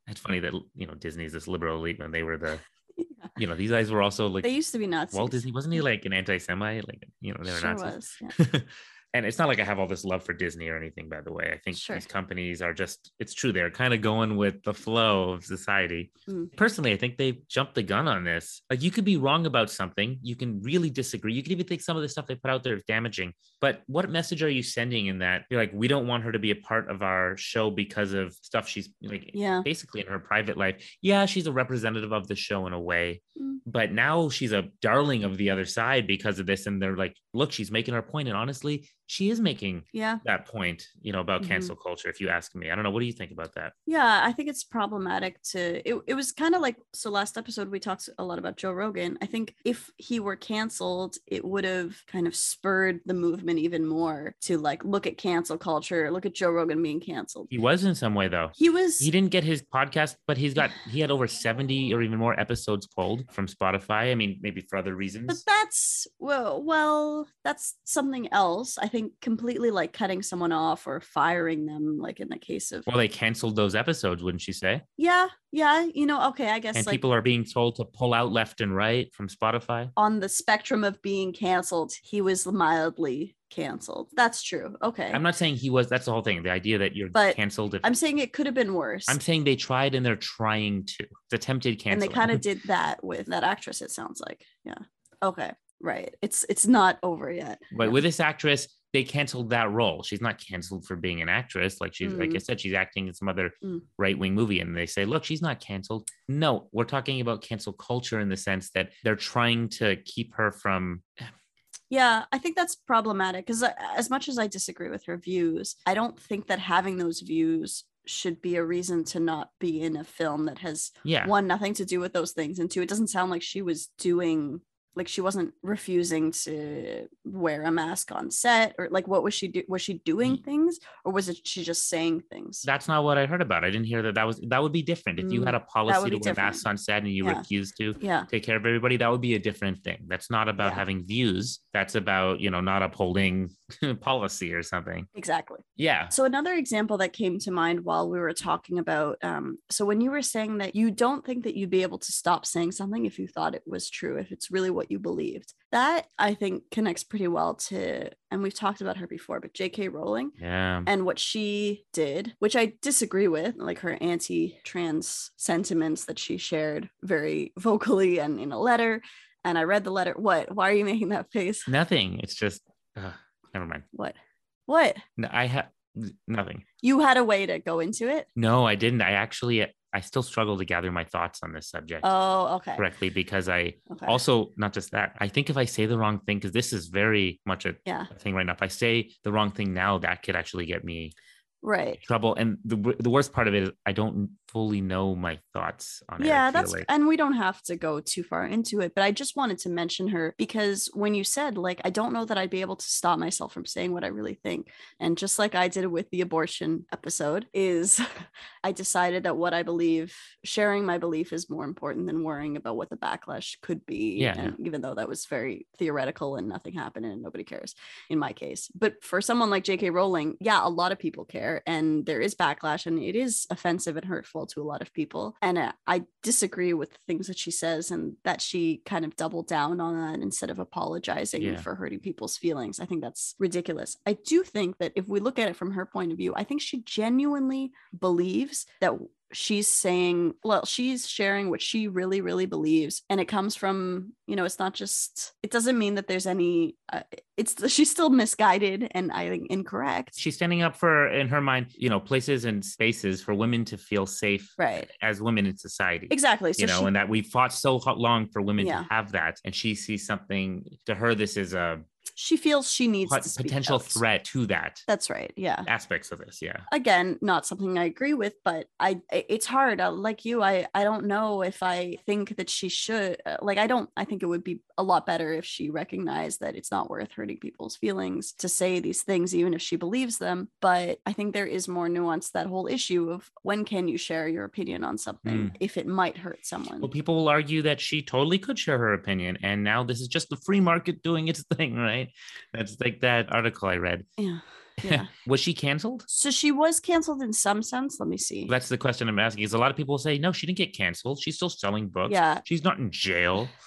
Speaker 2: It's funny that you know Disney's this liberal elite when they were the
Speaker 1: Yeah.
Speaker 2: you know these guys were also like
Speaker 1: They used to be Nazis.
Speaker 2: Walt Disney wasn't he like an anti-Semite like you know they were
Speaker 1: sure
Speaker 2: Nazis
Speaker 1: was. Yeah.
Speaker 2: and it's not like I have all this love for Disney or anything, by the way. I think
Speaker 1: Sure.
Speaker 2: these companies are just, it's true, they're kind of going with the flow of society.
Speaker 1: Mm.
Speaker 2: Personally, I think they jumped the gun on this. Like, you could be wrong about something, you can really disagree. You could even think some of the stuff they put out there is damaging. But what message are you sending in that? You're like, we don't want her to be a part of our show because of stuff she's like,
Speaker 1: Yeah.
Speaker 2: basically in her private life. Yeah, she's a representative of the show in a way,
Speaker 1: Mm.
Speaker 2: but now she's a darling of the other side because of this. And they're like, look, she's making her point. And honestly, she is making
Speaker 1: Yeah.
Speaker 2: that point, you know, about
Speaker 1: Mhm.
Speaker 2: cancel culture, if you ask me. I don't know. What do you think about that?
Speaker 1: Yeah, I think it's problematic to it, it was kind of like so last episode we talked a lot about Joe Rogan. I think if he were canceled, it would have kind of spurred the movement even more to like look at cancel culture, look at Joe Rogan being canceled.
Speaker 2: He was in some way, though.
Speaker 1: He was
Speaker 2: He didn't get his podcast, but he's got, he had over 70 or even more episodes pulled from Spotify. I mean, maybe for other
Speaker 1: But
Speaker 2: reasons.
Speaker 1: that's well, well, that's something else. I think completely like cutting someone off or firing them, like in the case of
Speaker 2: Well, they canceled those episodes, wouldn't you say?
Speaker 1: yeah, yeah, you know, okay, I guess
Speaker 2: and
Speaker 1: like
Speaker 2: people are being told to pull out left and right from Spotify.
Speaker 1: on the spectrum of being canceled, he was mildly canceled. That's true. Okay,
Speaker 2: I'm
Speaker 1: I'm,
Speaker 2: not saying he was. That's the whole thing. The idea that you're
Speaker 1: But
Speaker 2: canceled. If,
Speaker 1: saying it could have been worse,
Speaker 2: I'm saying they tried and they're trying to. It's attempted
Speaker 1: and they
Speaker 2: cancel.
Speaker 1: kind of did that with that actress. It sounds like yeah, okay, right. It's it's not over yet.
Speaker 2: But with this actress, they canceled that role. She's not canceled for being an actress. Like she's, like I said, she's acting in some other
Speaker 1: Mm.
Speaker 2: right wing movie, and they say, look, she's not canceled. No, we're talking about cancel culture in the sense that they're trying to keep her from.
Speaker 1: Yeah, I think that's problematic because as much as I disagree with her views, I don't think that having those views should be a reason to not be in a film that has
Speaker 2: Yeah,
Speaker 1: one nothing to do with those things and two it doesn't sound like she was doing like she wasn't refusing to wear a mask on set or like what was she do was she doing
Speaker 2: Ye-
Speaker 1: things or was it she just saying things
Speaker 2: that's not what I heard about. I didn't hear that. That was that would be different if you
Speaker 1: Mm,
Speaker 2: had a
Speaker 1: would
Speaker 2: policy to
Speaker 1: be
Speaker 2: wear
Speaker 1: different.
Speaker 2: masks on set and you
Speaker 1: Yeah.
Speaker 2: refused to.
Speaker 1: yeah
Speaker 2: take care of everybody that would be a different thing that's not about
Speaker 1: Yeah.
Speaker 2: having views that's about you know not upholding policy or something
Speaker 1: exactly
Speaker 2: yeah
Speaker 1: So another example that came to mind while we were talking about, um, so when you were saying that you don't think that you'd be able to stop saying something if you thought it was true, if it's really what you believed, that I think connects pretty well to, and we've talked about her before, but J.K. Rowling
Speaker 2: yeah
Speaker 1: and what she did, which I disagree with, like her anti-trans sentiments that she shared very vocally and in a letter. And I read the letter. What? Why are you making that face?
Speaker 2: nothing it's just uh, Never mind.
Speaker 1: What? What?
Speaker 2: No, I have nothing.
Speaker 1: You had a way to go into it?
Speaker 2: No, I didn't. I actually, I still struggle to gather my thoughts on this subject
Speaker 1: Oh, okay.
Speaker 2: correctly because I
Speaker 1: Okay.
Speaker 2: also, not just that, I think if I say the wrong thing, because this is very much a
Speaker 1: yeah.
Speaker 2: thing right now, if I say the wrong thing now, that could actually get me
Speaker 1: Right.
Speaker 2: trouble. And the, wor- the worst part of it is I don't fully know my thoughts on it. I
Speaker 1: yeah
Speaker 2: feel
Speaker 1: that's
Speaker 2: like.
Speaker 1: and we don't have to go too far into it but i just wanted to mention her because when you said like i don't know that i'd be able to stop myself from saying what i really think and just like i did with the abortion episode is i decided that what i believe sharing my belief is more important than worrying about what the backlash could be
Speaker 2: Yeah,
Speaker 1: and even though that was very theoretical and nothing happened and nobody cares in my case. But for someone like J.K. Rowling, yeah, a lot of people care and there is backlash and it is offensive and hurtful to a lot of people. And uh, I disagree with the things that she says and that she kind of doubled down on that instead of apologizing
Speaker 2: Yeah.
Speaker 1: for hurting people's feelings. I think that's ridiculous. I do think that if we look at it from her point of view, I think she genuinely believes that she's saying well she's sharing what she really really believes and it comes from you know it's not just it doesn't mean that there's any uh, it's she's still misguided and i think incorrect
Speaker 2: She's standing up for, in her mind, you know, places and spaces for women to feel safe
Speaker 1: right
Speaker 2: as women in society.
Speaker 1: exactly so
Speaker 2: you know,
Speaker 1: she,
Speaker 2: and that we fought so ho- long for women
Speaker 1: Yeah.
Speaker 2: to have that. And she sees something to her, this is a
Speaker 1: she feels she needs
Speaker 2: pot-
Speaker 1: to speak
Speaker 2: potential
Speaker 1: out.
Speaker 2: threat to that
Speaker 1: that's right yeah
Speaker 2: aspects of this. Yeah.
Speaker 1: again not something i agree with but i i- it's hard uh, like you i i don't know if i think that she should uh, like i don't i think it would be a lot better if she recognized that it's not worth hurting people's feelings to say these things even if she believes them but i think there is more nuance to that whole issue of when can you share your opinion on something if it might hurt someone
Speaker 2: Well, people will argue that she totally could share her opinion. And now this is just the free market doing its thing, right? That's like that article I read.
Speaker 1: yeah yeah
Speaker 2: Was she canceled?
Speaker 1: so she was canceled in some sense let me see
Speaker 2: That's the question I'm asking. Is a lot of people say, no, she didn't get canceled. She's still selling books.
Speaker 1: yeah
Speaker 2: She's not in jail.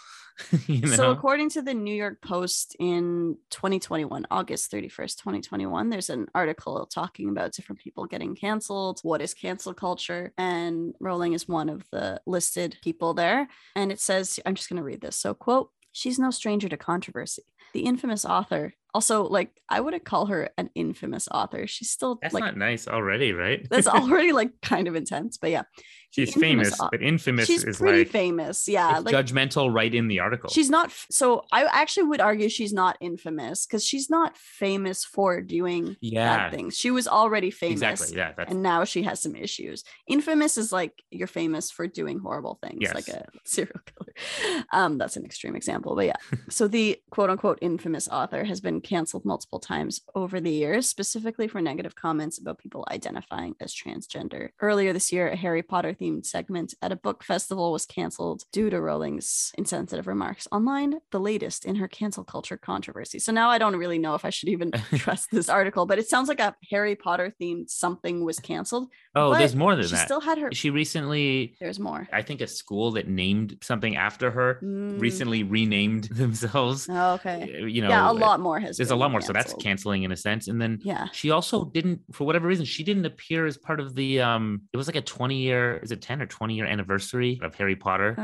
Speaker 2: you know?
Speaker 1: Uh, So, according to the New York Post in 2021, August 31st, 2021, there's an article talking about different people getting canceled. What is cancel culture? And Rowling is one of the listed people there. And it says, I'm just going to read this. So, quote, she's no stranger to controversy. The infamous author, also, like, I wouldn't call her an infamous author. She's still
Speaker 2: that's
Speaker 1: like,
Speaker 2: not nice already, right?
Speaker 1: that's already like kind of intense, but yeah,
Speaker 2: She's
Speaker 1: infamous
Speaker 2: famous,
Speaker 1: au-
Speaker 2: but infamous
Speaker 1: she's
Speaker 2: is
Speaker 1: pretty
Speaker 2: like
Speaker 1: famous. Yeah.
Speaker 2: it's judgmental right in the article.
Speaker 1: She's not f- so I actually would argue she's not infamous because she's not famous for doing
Speaker 2: yeah,
Speaker 1: bad things. She was already famous.
Speaker 2: exactly. Yeah, that's
Speaker 1: And now she has some issues. Infamous is like you're famous for doing horrible things,
Speaker 2: Yes.
Speaker 1: like a serial killer. Um, that's an extreme example, but yeah. so the quote unquote infamous author has been canceled multiple times over the years, specifically for negative comments about people identifying as transgender. Earlier this year, a Harry Potter themed segment at a book festival was canceled due to Rowling's insensitive remarks online, the latest in her cancel culture controversy. So now I don't really know if I should even trust this article, but it sounds like a Harry Potter themed something was canceled.
Speaker 2: oh,
Speaker 1: but
Speaker 2: there's more than
Speaker 1: She
Speaker 2: that.
Speaker 1: still had her.
Speaker 2: she recently
Speaker 1: There's more.
Speaker 2: I think a school that named something after her
Speaker 1: Mm.
Speaker 2: recently renamed themselves. eh,
Speaker 1: Oh, okay.
Speaker 2: You know,
Speaker 1: yeah, a
Speaker 2: it-
Speaker 1: lot more has.
Speaker 2: There's a
Speaker 1: been
Speaker 2: lot more. So that's
Speaker 1: canceled.
Speaker 2: canceling in a sense. And then
Speaker 1: Yeah.
Speaker 2: she also didn't, for whatever reason, she didn't appear as part of the. um It was like a 20 year, is it 10 or 20 year anniversary of Harry Potter?
Speaker 1: Uh,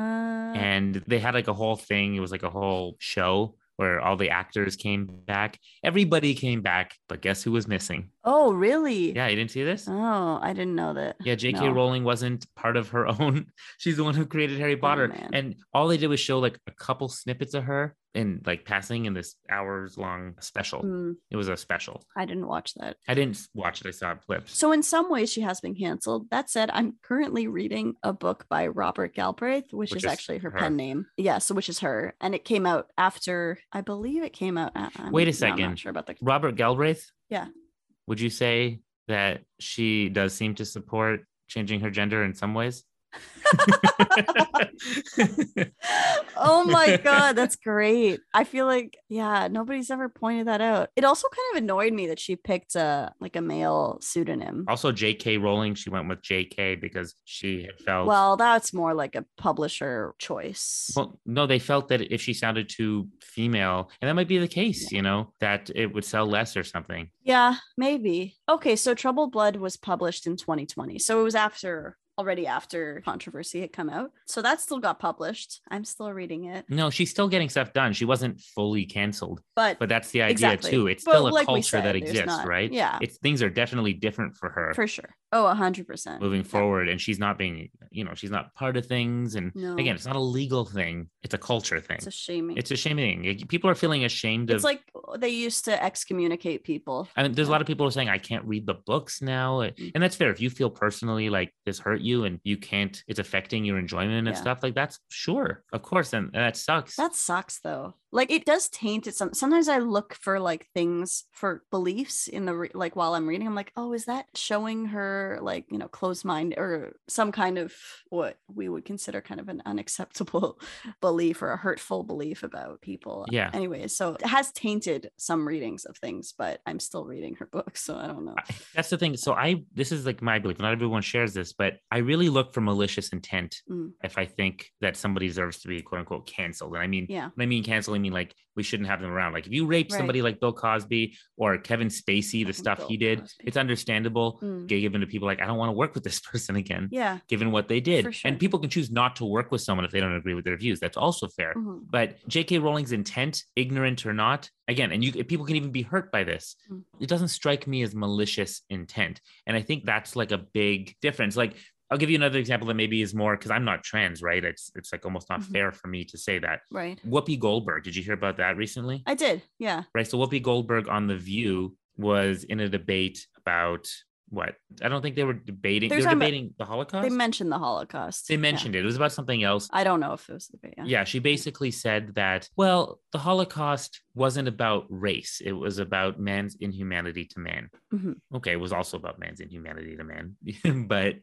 Speaker 2: and they had like a whole thing. It was like a whole show where all the actors came back. Everybody came back, but guess who was missing?
Speaker 1: oh, really?
Speaker 2: Yeah, you didn't see this.
Speaker 1: Oh, I didn't know that.
Speaker 2: Yeah, J.K.
Speaker 1: no.
Speaker 2: Rowling wasn't part of her own. She's the one who created Harry Potter,
Speaker 1: Oh, man.
Speaker 2: and all they did was show like a couple snippets of her in like passing in this hours long special.
Speaker 1: Mm,
Speaker 2: It was a special.
Speaker 1: I didn't watch that.
Speaker 2: I didn't watch it. I saw clips.
Speaker 1: So in some ways, she has been canceled. That said, I'm currently reading a book by Robert Galbraith, which,
Speaker 2: Which
Speaker 1: is,
Speaker 2: is
Speaker 1: actually her,
Speaker 2: her.
Speaker 1: pen name. Yeah, so which is her, and it came out after I believe it came out. I- I'm-
Speaker 2: Wait a
Speaker 1: no, I'm
Speaker 2: second.
Speaker 1: not sure about the.
Speaker 2: Robert Galbraith.
Speaker 1: Yeah.
Speaker 2: Would you say that she does seem to support changing her gender in some ways?
Speaker 1: oh my god, that's great. I feel like yeah, nobody's ever pointed that out. It also kind of annoyed me that she picked a like a male pseudonym.
Speaker 2: also, J.K. Rowling. She went with J.K. because she had felt
Speaker 1: Well, that's more like a publisher choice.
Speaker 2: Well, no, they felt that if she sounded too female, and that might be the case, you know, that it would sell less or something.
Speaker 1: Yeah, maybe. Okay, so Trouble Blood was published in 2020. So it was after already after controversy had come out. So that still got published. I'm still reading it.
Speaker 2: No, she's still getting stuff done. She wasn't fully canceled,
Speaker 1: But,
Speaker 2: but that's the idea
Speaker 1: Exactly.
Speaker 2: too. It's
Speaker 1: But
Speaker 2: still a
Speaker 1: like we
Speaker 2: culture
Speaker 1: said,
Speaker 2: that
Speaker 1: there's
Speaker 2: exists,
Speaker 1: not-
Speaker 2: right?
Speaker 1: yeah.
Speaker 2: It's things are definitely different for her
Speaker 1: for sure. Oh, 100%.
Speaker 2: moving
Speaker 1: Yeah.
Speaker 2: forward, and she's not being, you know, she's not part of things. And
Speaker 1: No.
Speaker 2: again, it's not a legal thing; it's a culture thing.
Speaker 1: It's a shaming.
Speaker 2: It's a shaming. Like, People are feeling ashamed
Speaker 1: It's
Speaker 2: of.
Speaker 1: like they used to excommunicate people.
Speaker 2: I mean, there's a lot of people who are saying I can't read the books now, eh,
Speaker 1: Mm.
Speaker 2: and that's fair. If you feel personally like this hurt you and you can't, it's affecting your enjoyment and
Speaker 1: Yeah.
Speaker 2: stuff like that's sure, of course, and and that sucks.
Speaker 1: That sucks though. Like it does taint it. Some sometimes I look for like things for beliefs in the re- like while I'm reading. I'm like, oh, is that showing her like you know closed mind or some kind of what we would consider kind of an unacceptable belief or a hurtful belief about people.
Speaker 2: Yeah.
Speaker 1: Anyway, so it has tainted some readings of things, but I'm still reading her book, so I don't know.
Speaker 2: I- that's the thing. So I this is like my belief. Not everyone shares this, but I really look for malicious intent
Speaker 1: Mm.
Speaker 2: if I think that somebody deserves to be quote unquote canceled. And I mean
Speaker 1: Yeah.
Speaker 2: when I mean canceled, I mean like we shouldn't have them around. Like if you rape
Speaker 1: Right.
Speaker 2: somebody like Bill Cosby or Kevin Spacey, the
Speaker 1: Fucking
Speaker 2: stuff he
Speaker 1: Bill
Speaker 2: did,
Speaker 1: Cosby.
Speaker 2: it's understandable.
Speaker 1: Mm.
Speaker 2: Given to people like, I don't want to work with this person again,
Speaker 1: Yeah.
Speaker 2: given what they did.
Speaker 1: For sure.
Speaker 2: And people can choose not to work with someone if they don't agree with their views. That's also fair.
Speaker 1: Mhm.
Speaker 2: But J.K. Rowling's intent, ignorant or not, again, and you people can even be hurt by this.
Speaker 1: Mm.
Speaker 2: It doesn't strike me as malicious intent, and I think that's like a big difference. Like I'll give you another example that maybe is more because I'm not trans, right? It's it's like almost not
Speaker 1: Mhm.
Speaker 2: fair for me to say that.
Speaker 1: Right.
Speaker 2: Whoopi Goldberg, did you hear about that recently?
Speaker 1: I did. Yeah.
Speaker 2: right? So Whoopi Goldberg on The View was in a debate about what? I don't think they were debating.
Speaker 1: They
Speaker 2: They
Speaker 1: were
Speaker 2: were
Speaker 1: talking about-
Speaker 2: debating the Holocaust.
Speaker 1: They mentioned the Holocaust.
Speaker 2: They
Speaker 1: Yeah.
Speaker 2: mentioned it. It was about something else.
Speaker 1: I don't know if it was the yeah.
Speaker 2: Yeah, she basically said that, well, the Holocaust wasn't about race. It was about man's inhumanity to man.
Speaker 1: Mhm.
Speaker 2: Okay, it was also about man's inhumanity to man. but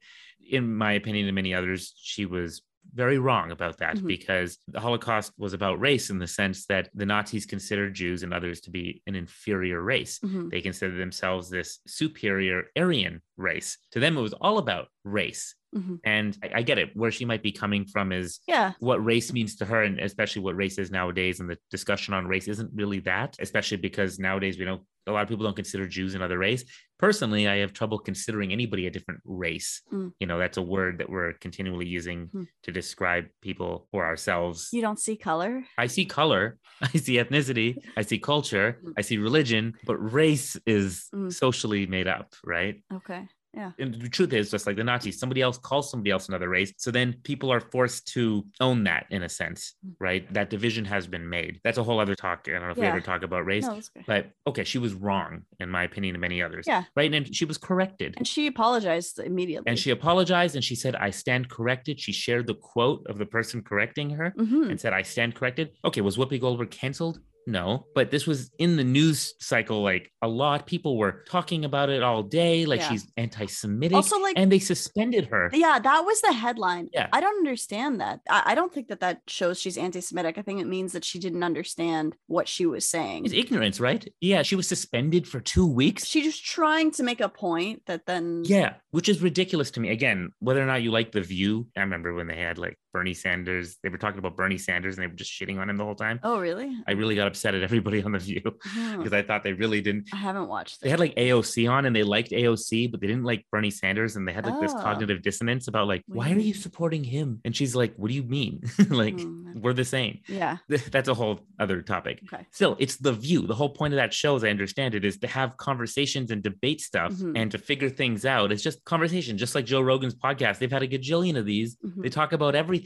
Speaker 2: in my opinion and many others, she was very wrong about that
Speaker 1: Mhm.
Speaker 2: because the Holocaust was about race in the sense that the Nazis considered Jews and others to be an inferior race
Speaker 1: Mhm.
Speaker 2: they consider themselves this superior Aryan race. To them, it was all about race.
Speaker 1: Mhm.
Speaker 2: And I, I get it. Where she might be coming from is
Speaker 1: Yeah.
Speaker 2: what race means to her, and especially what race is nowadays. And the discussion on race isn't really that, especially because nowadays we don't, a lot of people don't consider Jews another race. Personally, I have trouble considering anybody a different race.
Speaker 1: Mm.
Speaker 2: You know, that's a word that we're continually using
Speaker 1: Mhm.
Speaker 2: to describe people or ourselves.
Speaker 1: You don't see color.
Speaker 2: I see color, I see ethnicity, I see culture,
Speaker 1: Mm.
Speaker 2: I see religion, but race is
Speaker 1: Mm.
Speaker 2: socially made up, right?
Speaker 1: Okay. Yeah.
Speaker 2: And the truth is, just like the Nazis, somebody else calls somebody else another race. So then people are forced to own that in a sense,
Speaker 1: Mm.
Speaker 2: right? That division has been made. That's a whole other talk. I don't know if we
Speaker 1: Yeah.
Speaker 2: ever talk about race,
Speaker 1: No, that's good.
Speaker 2: but okay, she was wrong, in my opinion, and many others,
Speaker 1: Yeah.
Speaker 2: right? And she was corrected.
Speaker 1: And she apologized immediately.
Speaker 2: And she apologized and she said, I stand corrected. She shared the quote of the person correcting her
Speaker 1: Mhm.
Speaker 2: and said, I stand corrected. Okay, was Whoopi Goldberg canceled? No, but this was in the news cycle like a lot. People were talking about it all day. Like
Speaker 1: Yeah.
Speaker 2: she's anti Semitic.
Speaker 1: Also, like-
Speaker 2: and they suspended her.
Speaker 1: Yeah, that was the headline.
Speaker 2: Yeah.
Speaker 1: I don't understand that. I, I don't think that that shows she's anti-Semitic. I think it means that she didn't understand what she was saying.
Speaker 2: It's ignorance, right? Yeah, she was suspended for two weeks.
Speaker 1: She's just trying to make a point that then
Speaker 2: Yeah, which is ridiculous to me. Again, whether or not you like The View, I remember when they had like Bernie Sanders, they were talking about Bernie Sanders and they were just shitting on him the whole time.
Speaker 1: Oh, really?
Speaker 2: I really got upset at everybody on The View
Speaker 1: Hmm.
Speaker 2: because I thought they really didn't
Speaker 1: Oh, I haven't watched
Speaker 2: they
Speaker 1: it.
Speaker 2: had like AOC on and they liked AOC, but they didn't like Bernie Sanders. And they had like this
Speaker 1: Oh.
Speaker 2: cognitive dissonance about like,
Speaker 1: What do
Speaker 2: why
Speaker 1: you
Speaker 2: are you
Speaker 1: mean?
Speaker 2: supporting him? And she's like, what do you mean? like,
Speaker 1: Hmm.
Speaker 2: we're the same.
Speaker 1: Yeah.
Speaker 2: Th- That's a whole other topic.
Speaker 1: Okay.
Speaker 2: Still, it's the view. The whole point of that show, as I understand it, is to have conversations and debate stuff
Speaker 1: Mhm.
Speaker 2: and to figure things out. It's just conversation, just like Joe Rogan's podcast. They've had a gajillion of these.
Speaker 1: Mhm.
Speaker 2: They talk about everything.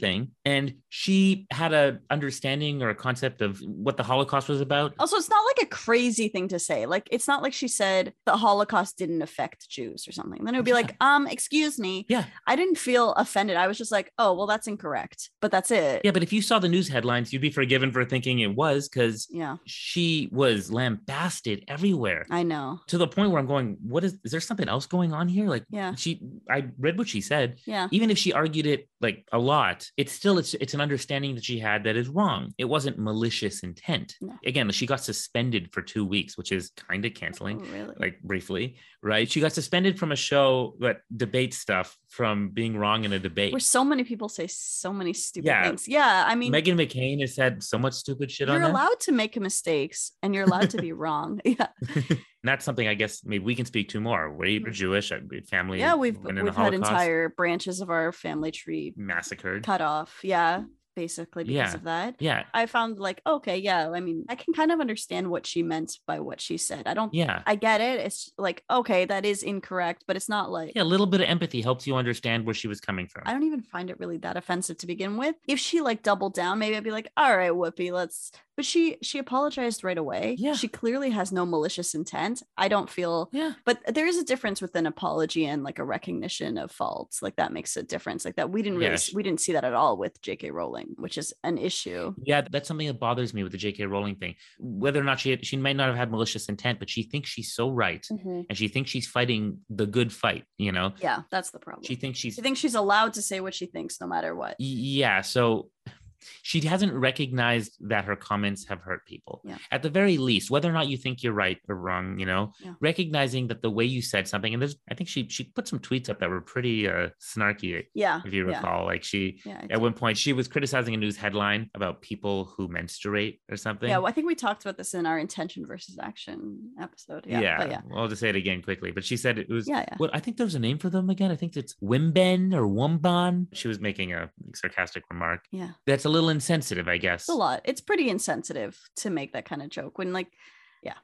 Speaker 2: And she had a understanding or a concept of what the Holocaust was about.
Speaker 1: Also, it's not like a crazy thing to say. Like, it's not like she said the Holocaust didn't affect Jews or something. Then it would be
Speaker 2: Yeah.
Speaker 1: like, um, excuse me.
Speaker 2: Yeah.
Speaker 1: I didn't feel offended. I was just like, oh, well, that's incorrect. But that's it.
Speaker 2: Yeah, but if you saw the news headlines, you'd be forgiven for thinking it was because
Speaker 1: Yeah,
Speaker 2: she was lambasted everywhere
Speaker 1: I know.
Speaker 2: to the point where I'm going, what is, is there something else going on here? Like
Speaker 1: Yeah.
Speaker 2: she, I read what she said.
Speaker 1: Yeah.
Speaker 2: Even if she argued it like a lot, it's still, it's, it's an understanding that she had that is wrong. It wasn't malicious intent.
Speaker 1: No.
Speaker 2: Again, she got suspended for two weeks, which is kind of canceling
Speaker 1: Oh, really?
Speaker 2: like briefly, right? She got suspended from a show that debates stuff from being wrong in a debate.
Speaker 1: Where so many people say so many stupid
Speaker 2: Yeah.
Speaker 1: things. Yeah, I mean,
Speaker 2: Megan McCain has said so much stupid shit
Speaker 1: you're
Speaker 2: on that.
Speaker 1: allowed to make mistakes and you're allowed to be wrong. Yeah,
Speaker 2: And that's something I guess maybe we can speak to more. We're
Speaker 1: Mhm.
Speaker 2: Jewish, uh, we- family.
Speaker 1: yeah, we've
Speaker 2: went in the
Speaker 1: we've had
Speaker 2: Holocaust,
Speaker 1: entire branches of our family tree
Speaker 2: massacred.
Speaker 1: cut off. Yeah, basically because
Speaker 2: Yeah.
Speaker 1: of that.
Speaker 2: Yeah,
Speaker 1: I found like okay, yeah. I mean, I can kind of understand what she meant by what she said. I don't.
Speaker 2: yeah,
Speaker 1: I get it. It's like okay, that is incorrect, but it's not like
Speaker 2: yeah. A little bit of empathy helps you understand where she was coming from.
Speaker 1: I don't even find it really that offensive to begin with. If she like doubled down, maybe I'd be like, all right, Whoopi, let's. But she she apologized right away.
Speaker 2: Yeah.
Speaker 1: She clearly has no malicious intent. I don't feel.
Speaker 2: yeah,
Speaker 1: But there is a difference with an apology and like a recognition of faults. Like that makes a difference. Like that we didn't really
Speaker 2: Yes.
Speaker 1: we didn't see that at all with J.K. Rowling, which is an issue.
Speaker 2: yeah. That's something that bothers me with the J.K. Rowling thing. Whether or not she had, she might not have had malicious intent, but she thinks she's so right,
Speaker 1: Mm.
Speaker 2: and she thinks she's fighting the good fight. You know,
Speaker 1: Yeah, that's the problem.
Speaker 2: she thinks she's
Speaker 1: She thinks she's allowed to say what she thinks no matter what.
Speaker 2: yeah so she hasn't recognized that her comments have hurt people
Speaker 1: Yeah.
Speaker 2: at the very least whether or not you think you're right or wrong you know
Speaker 1: Yeah.
Speaker 2: recognizing that the way you said something and there's i think she she put some tweets up that were pretty uh snarky
Speaker 1: Yeah.
Speaker 2: if you
Speaker 1: yeah.
Speaker 2: recall like she
Speaker 1: Yeah. I
Speaker 2: at one point she was criticizing a news headline about people who menstruate or something
Speaker 1: Yeah, well, I think we talked about this in our intention versus action episode. Yeah,
Speaker 2: yeah,
Speaker 1: but yeah,
Speaker 2: Well, i'll just say it again quickly but she said it was
Speaker 1: yeah, yeah.
Speaker 2: Well, I think there's a name for them again. I think it's Wimben or Wumban. She was making a sarcastic remark.
Speaker 1: Yeah.
Speaker 2: That's a little insensitive, I guess.
Speaker 1: It's a lot. It's pretty insensitive to make that kind of joke when, like,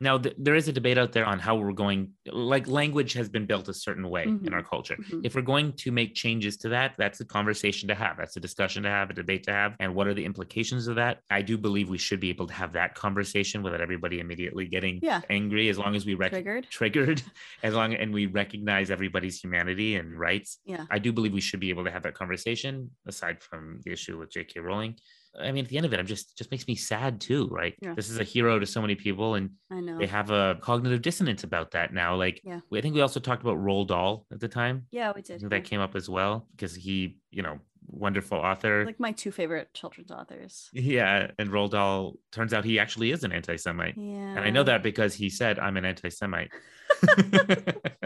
Speaker 2: Now, th- there is a debate out there on how we're going, like, language has been built a certain way in
Speaker 1: Mhm.
Speaker 2: our culture.
Speaker 1: Mhm.
Speaker 2: If we're going to make changes to that, that's a conversation to have. That's a discussion to have, a debate to have. And what are the implications of that? I do believe we should be able to have that conversation without everybody immediately getting
Speaker 1: Yeah.
Speaker 2: angry, as long as we recognize.
Speaker 1: triggered.
Speaker 2: Triggered as long and we recognize everybody's humanity and rights.
Speaker 1: Yeah.
Speaker 2: I do believe we should be able to have that conversation aside from the issue with J.K. Rowling. I mean, at the end of it, I'm just just makes me sad too. Right,
Speaker 1: Yeah.
Speaker 2: this is a hero to so many people, and
Speaker 1: I know.
Speaker 2: they have a cognitive dissonance about that now. Like,
Speaker 1: Yeah.
Speaker 2: we- I think we also talked about Roald Dahl at the time.
Speaker 1: Yeah, we
Speaker 2: I
Speaker 1: did.
Speaker 2: think
Speaker 1: yeah.
Speaker 2: that came up as well because he, you know, wonderful author.
Speaker 1: Like my two favorite children's authors.
Speaker 2: yeah, and Roald Dahl turns out he actually is an anti-Semite,
Speaker 1: Yeah.
Speaker 2: and I know that because he said, "I'm an anti-Semite."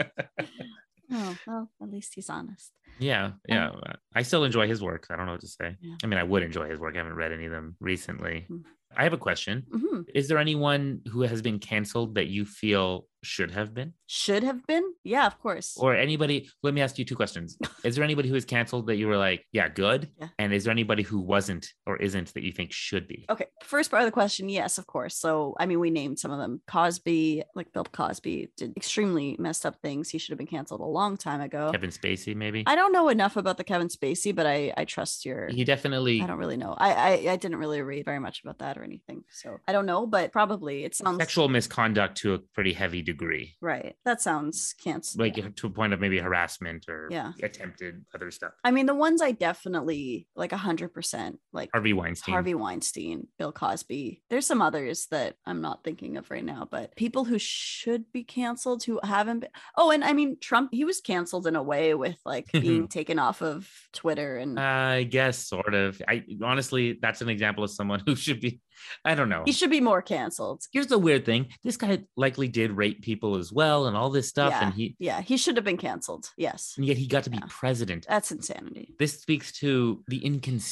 Speaker 1: Oh, well, at least he's honest.
Speaker 2: yeah, yeah. uh, I still enjoy his work. I don't know what to say.
Speaker 1: Yeah.
Speaker 2: I mean, I would enjoy his work. I haven't read any of them recently.
Speaker 1: Mm.
Speaker 2: I have a question.
Speaker 1: hmm
Speaker 2: Is there anyone who has been canceled that you feel should have been?
Speaker 1: Should have been. Yeah, of course.
Speaker 2: Or anybody, let me ask you two questions. Is there anybody who was canceled that you were like, yeah, good?
Speaker 1: Yeah.
Speaker 2: And is there anybody who wasn't or isn't that you think should be?
Speaker 1: okay. First part of the question, yes, of course. So, I mean, we named some of them. Cosby, like Bill Cosby, did extremely messed up things. He should have been canceled a long time ago.
Speaker 2: Kevin Spacey, maybe?
Speaker 1: I don't know enough about the Kevin Spacey, but I I trust your.
Speaker 2: he definitely
Speaker 1: I don't really know. I, I I didn't really read very much about that or anything, so I don't know. But probably it sounds
Speaker 2: sexual misconduct to a pretty heavy degree,
Speaker 1: right. That sounds canceled.
Speaker 2: like to a point of maybe harassment or
Speaker 1: Yeah.
Speaker 2: attempted other stuff.
Speaker 1: I mean, the ones I definitely like hundred percent like
Speaker 2: Harvey Weinstein.
Speaker 1: Harvey Weinstein, Bill Cosby. There's some others that I'm not thinking of right now, but people who should be canceled who haven't been. Oh, and I mean, Trump, he was canceled in a way with like being taken off of Twitter and
Speaker 2: I guess sort of. I honestly, that's an example of someone who should be. I don't know.
Speaker 1: he should be more canceled.
Speaker 2: Here's the weird thing: this guy likely did rape people as well, and all this stuff, and he,
Speaker 1: Yeah, he should have been canceled. Yes.
Speaker 2: and yet he got to be
Speaker 1: Yeah.
Speaker 2: president.
Speaker 1: That's insanity.
Speaker 2: This speaks to the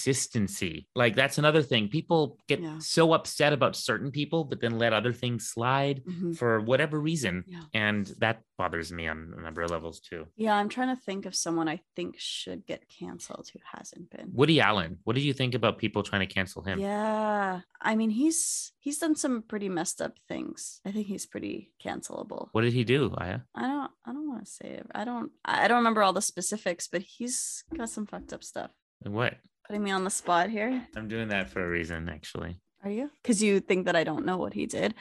Speaker 2: inconsistency. Like that's another thing. People get
Speaker 1: Yeah.
Speaker 2: so upset about certain people, but then let other things slide
Speaker 1: Mhm.
Speaker 2: for whatever reason,
Speaker 1: Yeah.
Speaker 2: and that bothers me on a number of levels too.
Speaker 1: Yeah, I'm trying to think of someone I think should get canceled who hasn't been.
Speaker 2: Woody Allen, what do you think about people trying to cancel him?
Speaker 1: Yeah. I mean, he's he's done some pretty messed up things. I think he's pretty cancelable.
Speaker 2: What did he do, Aya?
Speaker 1: I don't I don't want to say it. I don't I don't remember all the specifics, but he's got some fucked up stuff.
Speaker 2: What?
Speaker 1: Putting me on the spot here.
Speaker 2: I'm doing that for a reason, actually.
Speaker 1: Are you? Cuz you think that I don't know what he did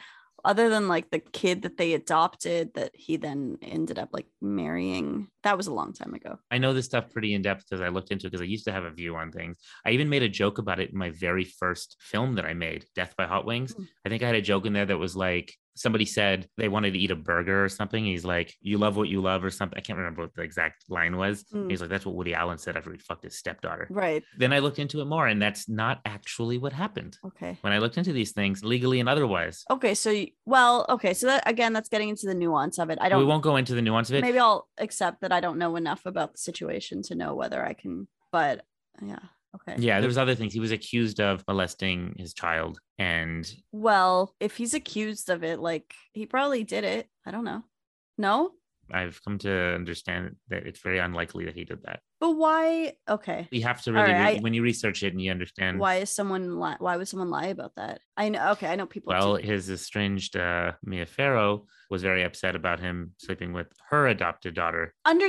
Speaker 1: other than like the kid that they adopted that he then ended up like marrying. That was a long time ago.
Speaker 2: I know this stuff pretty in depth because I looked into it because I used to have a view on things. I even made a joke about it in my very first film that I made, Death by Hot Wings.
Speaker 1: Mm.
Speaker 2: I think I had a joke in there that was like somebody said they wanted to eat a burger or something. He's like, You love what you love or something. I can't remember what the exact line was.
Speaker 1: Mm.
Speaker 2: He's like, That's what Woody Allen said after he fucked his stepdaughter.
Speaker 1: Right.
Speaker 2: Then I looked into it more, and that's not actually what happened.
Speaker 1: Okay.
Speaker 2: When I looked into these things legally and otherwise,
Speaker 1: Okay, so y- well, okay, so that again, that's getting into the nuance of it. I
Speaker 2: we
Speaker 1: don't.
Speaker 2: won't go into the nuance of it.
Speaker 1: Maybe I'll accept that I don't know enough about the situation to know whether I can. But yeah, okay.
Speaker 2: Yeah, there was other things. He was accused of molesting his child, and
Speaker 1: Well, if he's accused of it, like he probably did it. I don't know. No,
Speaker 2: I've come to understand that it's very unlikely that he did that.
Speaker 1: but why? Okay.
Speaker 2: You have to
Speaker 1: All
Speaker 2: really
Speaker 1: right,
Speaker 2: re-
Speaker 1: I-
Speaker 2: when you research it and you understand.
Speaker 1: Why is someone li- why would someone lie about that? I know. Okay, I know people. do-
Speaker 2: Well, his estranged uh, Mia Farrow was very upset about him sleeping with her adopted daughter.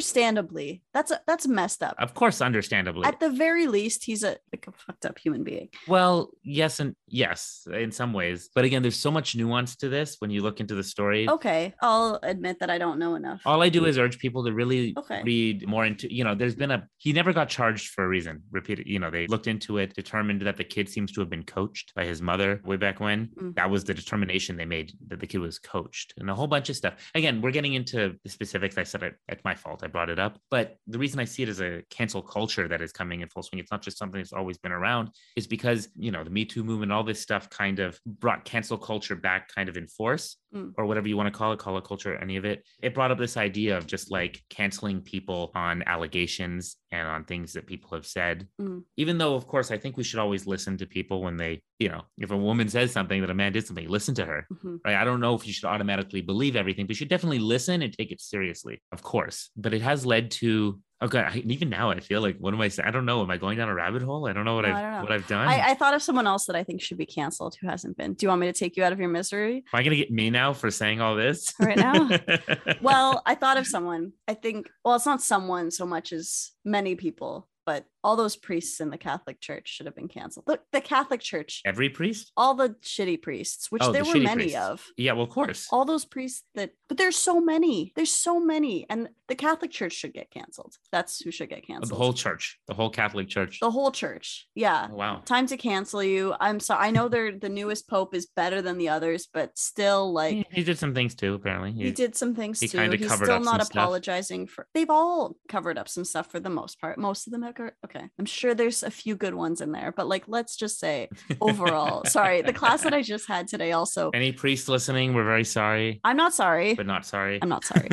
Speaker 1: understandably, that's a, that's messed up.
Speaker 2: Of course, understandably.
Speaker 1: At the very least, he's a like a fucked up human being.
Speaker 2: Well, yes and yes, in some ways. But again, there's so much nuance to this when you look into the story.
Speaker 1: Okay, I'll admit that I don't know enough.
Speaker 2: All I do is urge people to really
Speaker 1: Okay.
Speaker 2: read more into, you know, there's been a, he never got charged for a reason. Repeated, you know, they looked into it, determined that the kid seems to have been coached by his mother way back when.
Speaker 1: Mm.
Speaker 2: That was the determination they made that the kid was coached and a whole bunch of stuff. Again, we're getting into the specifics. I said it, it's my fault. I brought it up. But the reason I see it as a cancel culture that is coming in full swing, it's not just something that's always been around is because you know the Me Too movement, all this stuff kind of brought cancel culture back, kind of in force,
Speaker 1: Mm.
Speaker 2: or whatever you want to call it, call it culture, any of it. It brought up this idea of just like canceling people on allegations and on things that people have said.
Speaker 1: Mm.
Speaker 2: Even though, of course, I think we should always listen to people when they, you know, if a woman says something that a man did something, listen to her.
Speaker 1: Mhm.
Speaker 2: Right? I don't know if you should automatically believe everything, but you should definitely listen and take it seriously, of course. But it has led to okay. I, even now, I feel like what am I? saying? I don't know. Am I going down a rabbit hole? I don't know what
Speaker 1: No, I
Speaker 2: I've
Speaker 1: don't know.
Speaker 2: what I've done.
Speaker 1: I, I thought of someone else that I think should be canceled who hasn't been. Do you want me to take you out of your misery?
Speaker 2: Am I gonna get me now for saying all this
Speaker 1: Right now? Well, I thought of someone. I think, well, it's not someone so much as many people, but all those priests in the Catholic Church should have been canceled. Look, the Catholic Church,
Speaker 2: every priest?
Speaker 1: all the shitty priests, which
Speaker 2: Oh,
Speaker 1: there
Speaker 2: the
Speaker 1: were
Speaker 2: shitty
Speaker 1: many
Speaker 2: priests.
Speaker 1: of.
Speaker 2: Yeah, well, of course.
Speaker 1: All those priests that, but there's so many. There's so many. And the Catholic Church should get canceled. That's Oh, who should get canceled.
Speaker 2: Oh, the whole church, the whole Catholic Church.
Speaker 1: the whole church. Yeah.
Speaker 2: Oh, wow.
Speaker 1: Time to cancel you. I'm sorry. I know they're the newest pope is better than the others, but still, like,
Speaker 2: Yeah, he did some things too, apparently.
Speaker 1: he did some things
Speaker 2: he
Speaker 1: too.
Speaker 2: kinda
Speaker 1: He's
Speaker 2: covered
Speaker 1: still
Speaker 2: up some
Speaker 1: not
Speaker 2: stuff.
Speaker 1: apologizing for. They've all covered up some stuff for the most part. Most of them have. co- Okay, I'm sure there's a few good ones in there, but like, let's just say overall. sorry, the class that I just had today also.
Speaker 2: Any priest listening, we're very sorry,
Speaker 1: I'm not sorry.
Speaker 2: but not sorry.
Speaker 1: I'm not sorry.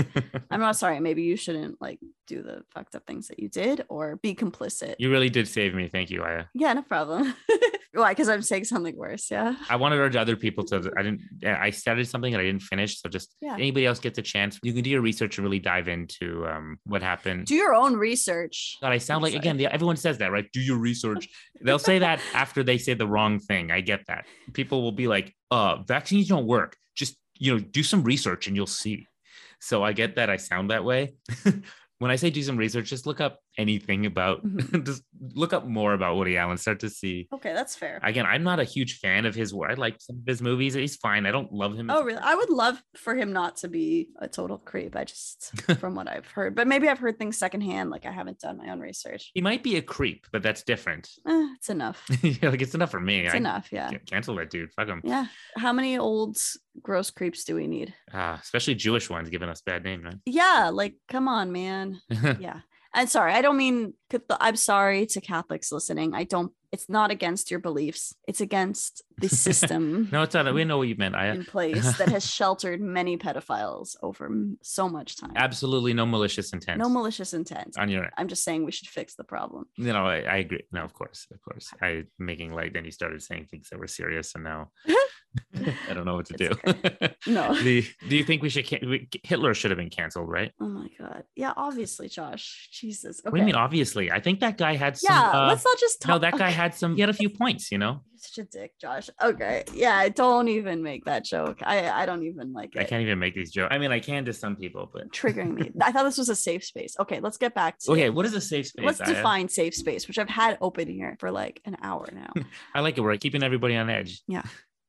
Speaker 1: I'm not sorry. Maybe you shouldn't like do the fucked up things that you did or be complicit.
Speaker 2: you really did save me. Thank you, Aya.
Speaker 1: yeah, no problem. Why? Because I'm saying something worse. Yeah.
Speaker 2: I want to urge other people to. I didn't. I started something and I didn't finish. So just
Speaker 1: Yeah.
Speaker 2: anybody else gets a chance, you can do your research and really dive into um, what happened.
Speaker 1: Do your own research.
Speaker 2: God, I sound like
Speaker 1: Sorry.
Speaker 2: again. The, everyone says that, right? Do your research. They'll say that after they say the wrong thing. I get that. People will be like, "Uh, vaccines don't work. Just you know, do some research and you'll see." So I get that. I sound that way. when I say do some research, just look up anything about.
Speaker 1: Mhm.
Speaker 2: just look up more about Woody Allen. Start to see.
Speaker 1: Okay, that's fair.
Speaker 2: Again, I'm not a huge fan of his work. I like some of his movies. He's fine. I don't love him. as
Speaker 1: Oh,
Speaker 2: a
Speaker 1: really? I would love for him not to be a total creep. I just, from what I've heard, but maybe I've heard things secondhand. Like I haven't done my own research.
Speaker 2: He might be a creep, but that's different.
Speaker 1: Eh, it's enough.
Speaker 2: You know, like it's enough for me.
Speaker 1: It's
Speaker 2: I
Speaker 1: enough. Yeah.
Speaker 2: can't cancel that dude. Fuck him.
Speaker 1: Yeah. How many old gross creeps do we need?
Speaker 2: Ah, especially Jewish ones giving us bad name, man.
Speaker 1: Yeah. Like, come on, man. Yeah. And sorry, I don't mean, I'm sorry to Catholics listening. I don't, it's not against your beliefs, it's against the system.
Speaker 2: no, it's not. that- We know what you meant. I
Speaker 1: In place that has sheltered many pedophiles over m- so much time.
Speaker 2: absolutely no malicious intent
Speaker 1: No malicious intent.
Speaker 2: on your.
Speaker 1: I'm just saying we should fix the problem.
Speaker 2: You know, I, I agree. No, of course, of course. I making light. Then you started saying things that were serious, and now I don't know what to do.
Speaker 1: It's No.
Speaker 2: the, do you think we should? Can, we, Hitler should have been canceled, right?
Speaker 1: Oh my god. Yeah, obviously, Josh. Jesus. Okay.
Speaker 2: What do you mean? Obviously, I think that guy had some.
Speaker 1: yeah,
Speaker 2: uh,
Speaker 1: let's not just talk.
Speaker 2: no, that guy
Speaker 1: okay.
Speaker 2: had some. He had a few points. You know,
Speaker 1: You're such a dick, Josh. Okay. Yeah, I don't even make that joke. I I don't even like
Speaker 2: I
Speaker 1: it.
Speaker 2: can't even make these jokes. I mean, I can to some people, but
Speaker 1: Triggering me. I thought this was a safe space. Okay, let's get back to
Speaker 2: okay. What is a safe space?
Speaker 1: Let's
Speaker 2: Aya?
Speaker 1: define safe space, which I've had open here for like an hour now.
Speaker 2: I like it. We're keeping everybody on edge.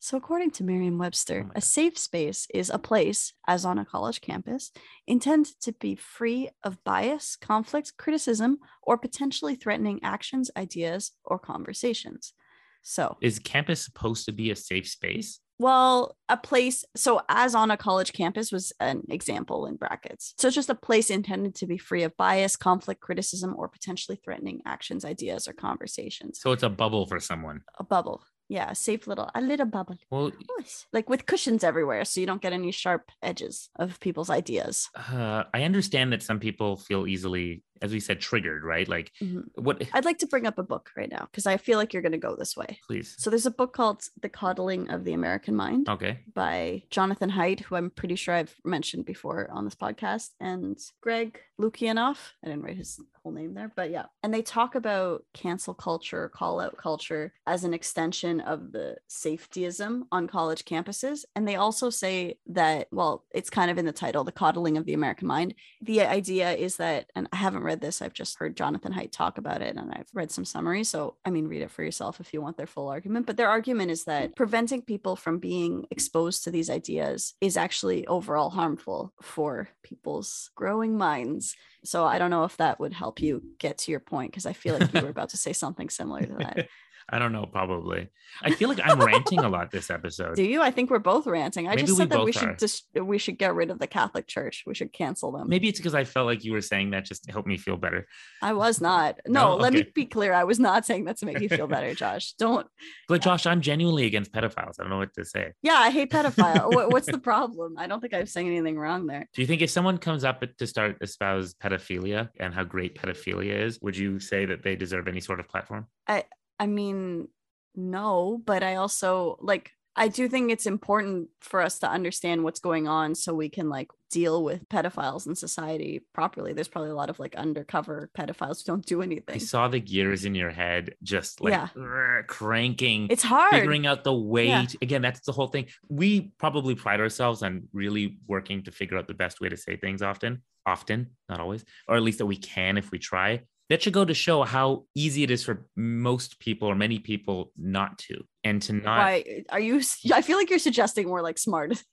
Speaker 1: So, according to Merriam
Speaker 2: Oh
Speaker 1: Webster,
Speaker 2: my
Speaker 1: a
Speaker 2: God.
Speaker 1: safe space is a place, as on a college campus, intended to be free of bias, conflict, criticism, or potentially threatening actions, ideas, or conversations. So,
Speaker 2: Is campus supposed to be a safe space?
Speaker 1: well, a place, so as on a college campus was an example in brackets. So, it's just a place intended to be free of bias, conflict, criticism, or potentially threatening actions, ideas, or conversations.
Speaker 2: So it's a bubble for someone.
Speaker 1: A bubble. yeah, a safe little a little bubble.
Speaker 2: Well,
Speaker 1: Nice. Like with cushions everywhere, so you don't get any sharp edges of people's ideas.
Speaker 2: uh, I understand that some people feel easily, as we said, triggered, right? Like,
Speaker 1: Mhm.
Speaker 2: what?
Speaker 1: I'd like to bring up a book right now because I feel like you're going to go this way.
Speaker 2: Please.
Speaker 1: So there's a book called The Coddling of the American Mind
Speaker 2: Okay.
Speaker 1: by Jonathan Haidt, who I'm pretty sure I've mentioned before on this podcast, and Greg Lukianoff. I didn't write his whole name there, but yeah. And they talk about cancel culture, call out culture as an extension of the safetyism on college campuses. And they also say that, well, it's kind of in the title, the coddling of the American mind. The idea is that, and I haven't read this, I've just heard Jonathan Haidt talk about it and I've read some summaries. So, I mean, read it for yourself if you want their full argument. But their argument is that preventing people from being exposed to these ideas is actually overall harmful for people's growing minds. So, I don't know if that would help you get to your point because I feel like you were about to say something similar to that.
Speaker 2: I don't know. Probably. I feel like I'm ranting a lot this episode.
Speaker 1: Do you? I think we're both ranting. I
Speaker 2: Maybe
Speaker 1: just
Speaker 2: we
Speaker 1: said that we
Speaker 2: both are.
Speaker 1: should just we should get rid of the Catholic Church. We should cancel them.
Speaker 2: Maybe it's because I felt like you were saying that just to help me feel better.
Speaker 1: I was not. No,
Speaker 2: No?
Speaker 1: let me
Speaker 2: Okay.
Speaker 1: be clear. I was not saying that to make you feel better, Josh. Don't.
Speaker 2: But Josh, I'm genuinely against pedophiles. I don't know what to say.
Speaker 1: Yeah, I hate pedophile. What, what's the problem? I don't think I'm saying anything wrong there.
Speaker 2: Do you think if someone comes up to start espouse pedophilia and how great pedophilia is, would you say that they deserve any sort of platform?
Speaker 1: I mean, no, but I also like, I do think it's important for us to understand what's going on so we can like deal with pedophiles in society properly. There's probably a lot of like undercover pedophiles who don't do
Speaker 2: I
Speaker 1: anything.
Speaker 2: saw the gears in your head just like
Speaker 1: Yeah.
Speaker 2: grr, cranking.
Speaker 1: It's hard.
Speaker 2: Figuring out the weight. Again, that's the whole thing. We probably pride ourselves on really working to figure out the best way to say things often, often, not always, or at least that we can if we try. That should go to show how easy it is for most people or many people not to and to not.
Speaker 1: Why are you? I feel like you're suggesting we're like smart.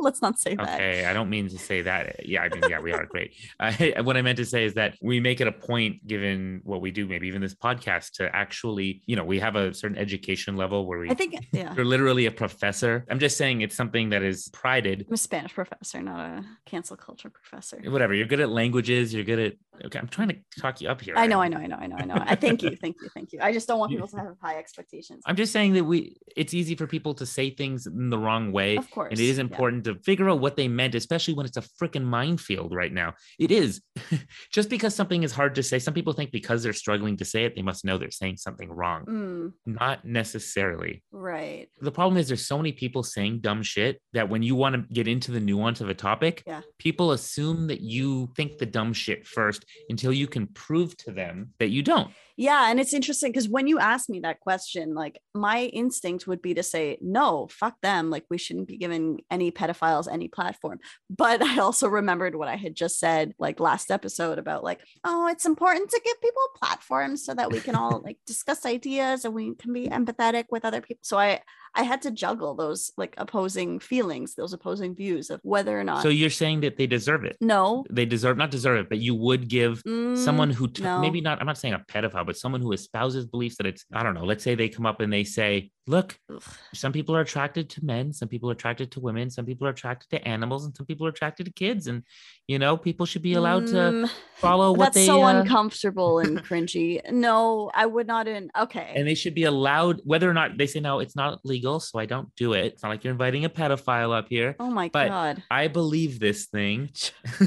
Speaker 1: Let's not say that.
Speaker 2: Okay, I don't mean to say that. Yeah, I mean, yeah, we are great. I, what I meant to say is that we make it a point, given what we do, maybe even this podcast, to actually, you know, we have a certain education level where we,
Speaker 1: I think, yeah.
Speaker 2: you're literally a professor. I'm just saying it's something that is prided.
Speaker 1: I'm a Spanish professor, not a cancel culture professor.
Speaker 2: Whatever, you're good at languages, you're good at, okay, I'm trying to talk you up here.
Speaker 1: I know, I know, I know, I know, I know. I thank you, thank you, thank you. I just don't want
Speaker 2: You-
Speaker 1: people to have high expectations.
Speaker 2: I'm just saying that we, it's easy for people to say things in the wrong way.
Speaker 1: Of course.
Speaker 2: And it is
Speaker 1: yeah.
Speaker 2: important to figure out what they meant, especially when it's a freaking minefield right now. It is. Just because something is hard to say, some people think because they're struggling to say it, they must know they're saying something wrong.
Speaker 1: Mm,
Speaker 2: Not necessarily.
Speaker 1: right.
Speaker 2: The problem is there's so many people saying dumb shit that when you want to get into the nuance of a topic,
Speaker 1: Yeah.
Speaker 2: people assume that you think the dumb shit first until you can prove to them that you don't.
Speaker 1: Yeah. And it's interesting because when you asked me that question, like my instinct would be to say, no, fuck them. Like we shouldn't be giving any pedophiles any platform. But I also remembered what I had just said like last episode about like, oh, it's important to give people platforms so that we can all like discuss ideas and we can be empathetic with other people. So I, I had to juggle those like opposing feelings, those opposing views of whether or not.
Speaker 2: So you're saying that they deserve it.
Speaker 1: no. mm,
Speaker 2: They deserve not deserve it, but you would give someone who t-
Speaker 1: no.
Speaker 2: maybe not i'm not saying a pedophile but someone who espouses beliefs that it's i don't know let's say they come up and they say look
Speaker 1: Ugh.
Speaker 2: some people are attracted to men some people are attracted to women some people are attracted to animals and some people are attracted to kids and you know people should be allowed to
Speaker 1: Mm.
Speaker 2: follow what
Speaker 1: That's
Speaker 2: they
Speaker 1: so
Speaker 2: uh,
Speaker 1: uncomfortable and cringy. No, I would not. In okay,
Speaker 2: and they should be allowed whether or not they say no it's not legal so i don't do it it's not like you're inviting a pedophile up here
Speaker 1: oh my
Speaker 2: but-
Speaker 1: god,
Speaker 2: I believe this thing,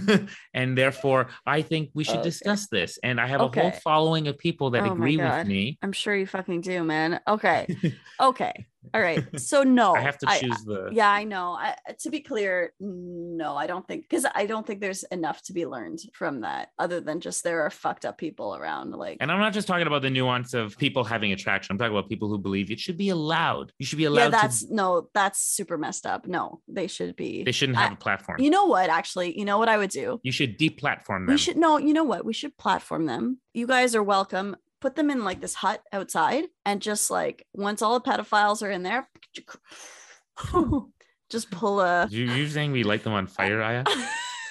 Speaker 2: and therefore I think we should
Speaker 1: Okay.
Speaker 2: discuss this. And I have a whole
Speaker 1: Okay.
Speaker 2: following of people that
Speaker 1: Oh my
Speaker 2: agree
Speaker 1: God.
Speaker 2: with me.
Speaker 1: I'm sure you fucking do, man. Okay, okay, all right. So no,
Speaker 2: I have to choose the
Speaker 1: yeah, Oh, I know. I, uh, to be clear, no, I don't think because I don't think there's enough to be learned from that, other than just there are fucked up people around. Like,
Speaker 2: And I'm not just talking about the nuance of people having attraction. I'm talking about people who believe it should be allowed. You should be allowed
Speaker 1: yeah, that's
Speaker 2: to.
Speaker 1: no, that's super messed up. No, they should be.
Speaker 2: They shouldn't have a platform.
Speaker 1: you know what? Actually, you know what I would do.
Speaker 2: you should deplatform them.
Speaker 1: We should no, you know what? We should platform them. You guys are welcome. Put them in like this hut outside and just like once all the pedophiles are in there, just pull a
Speaker 2: You, you're saying we light them on fire, Aya?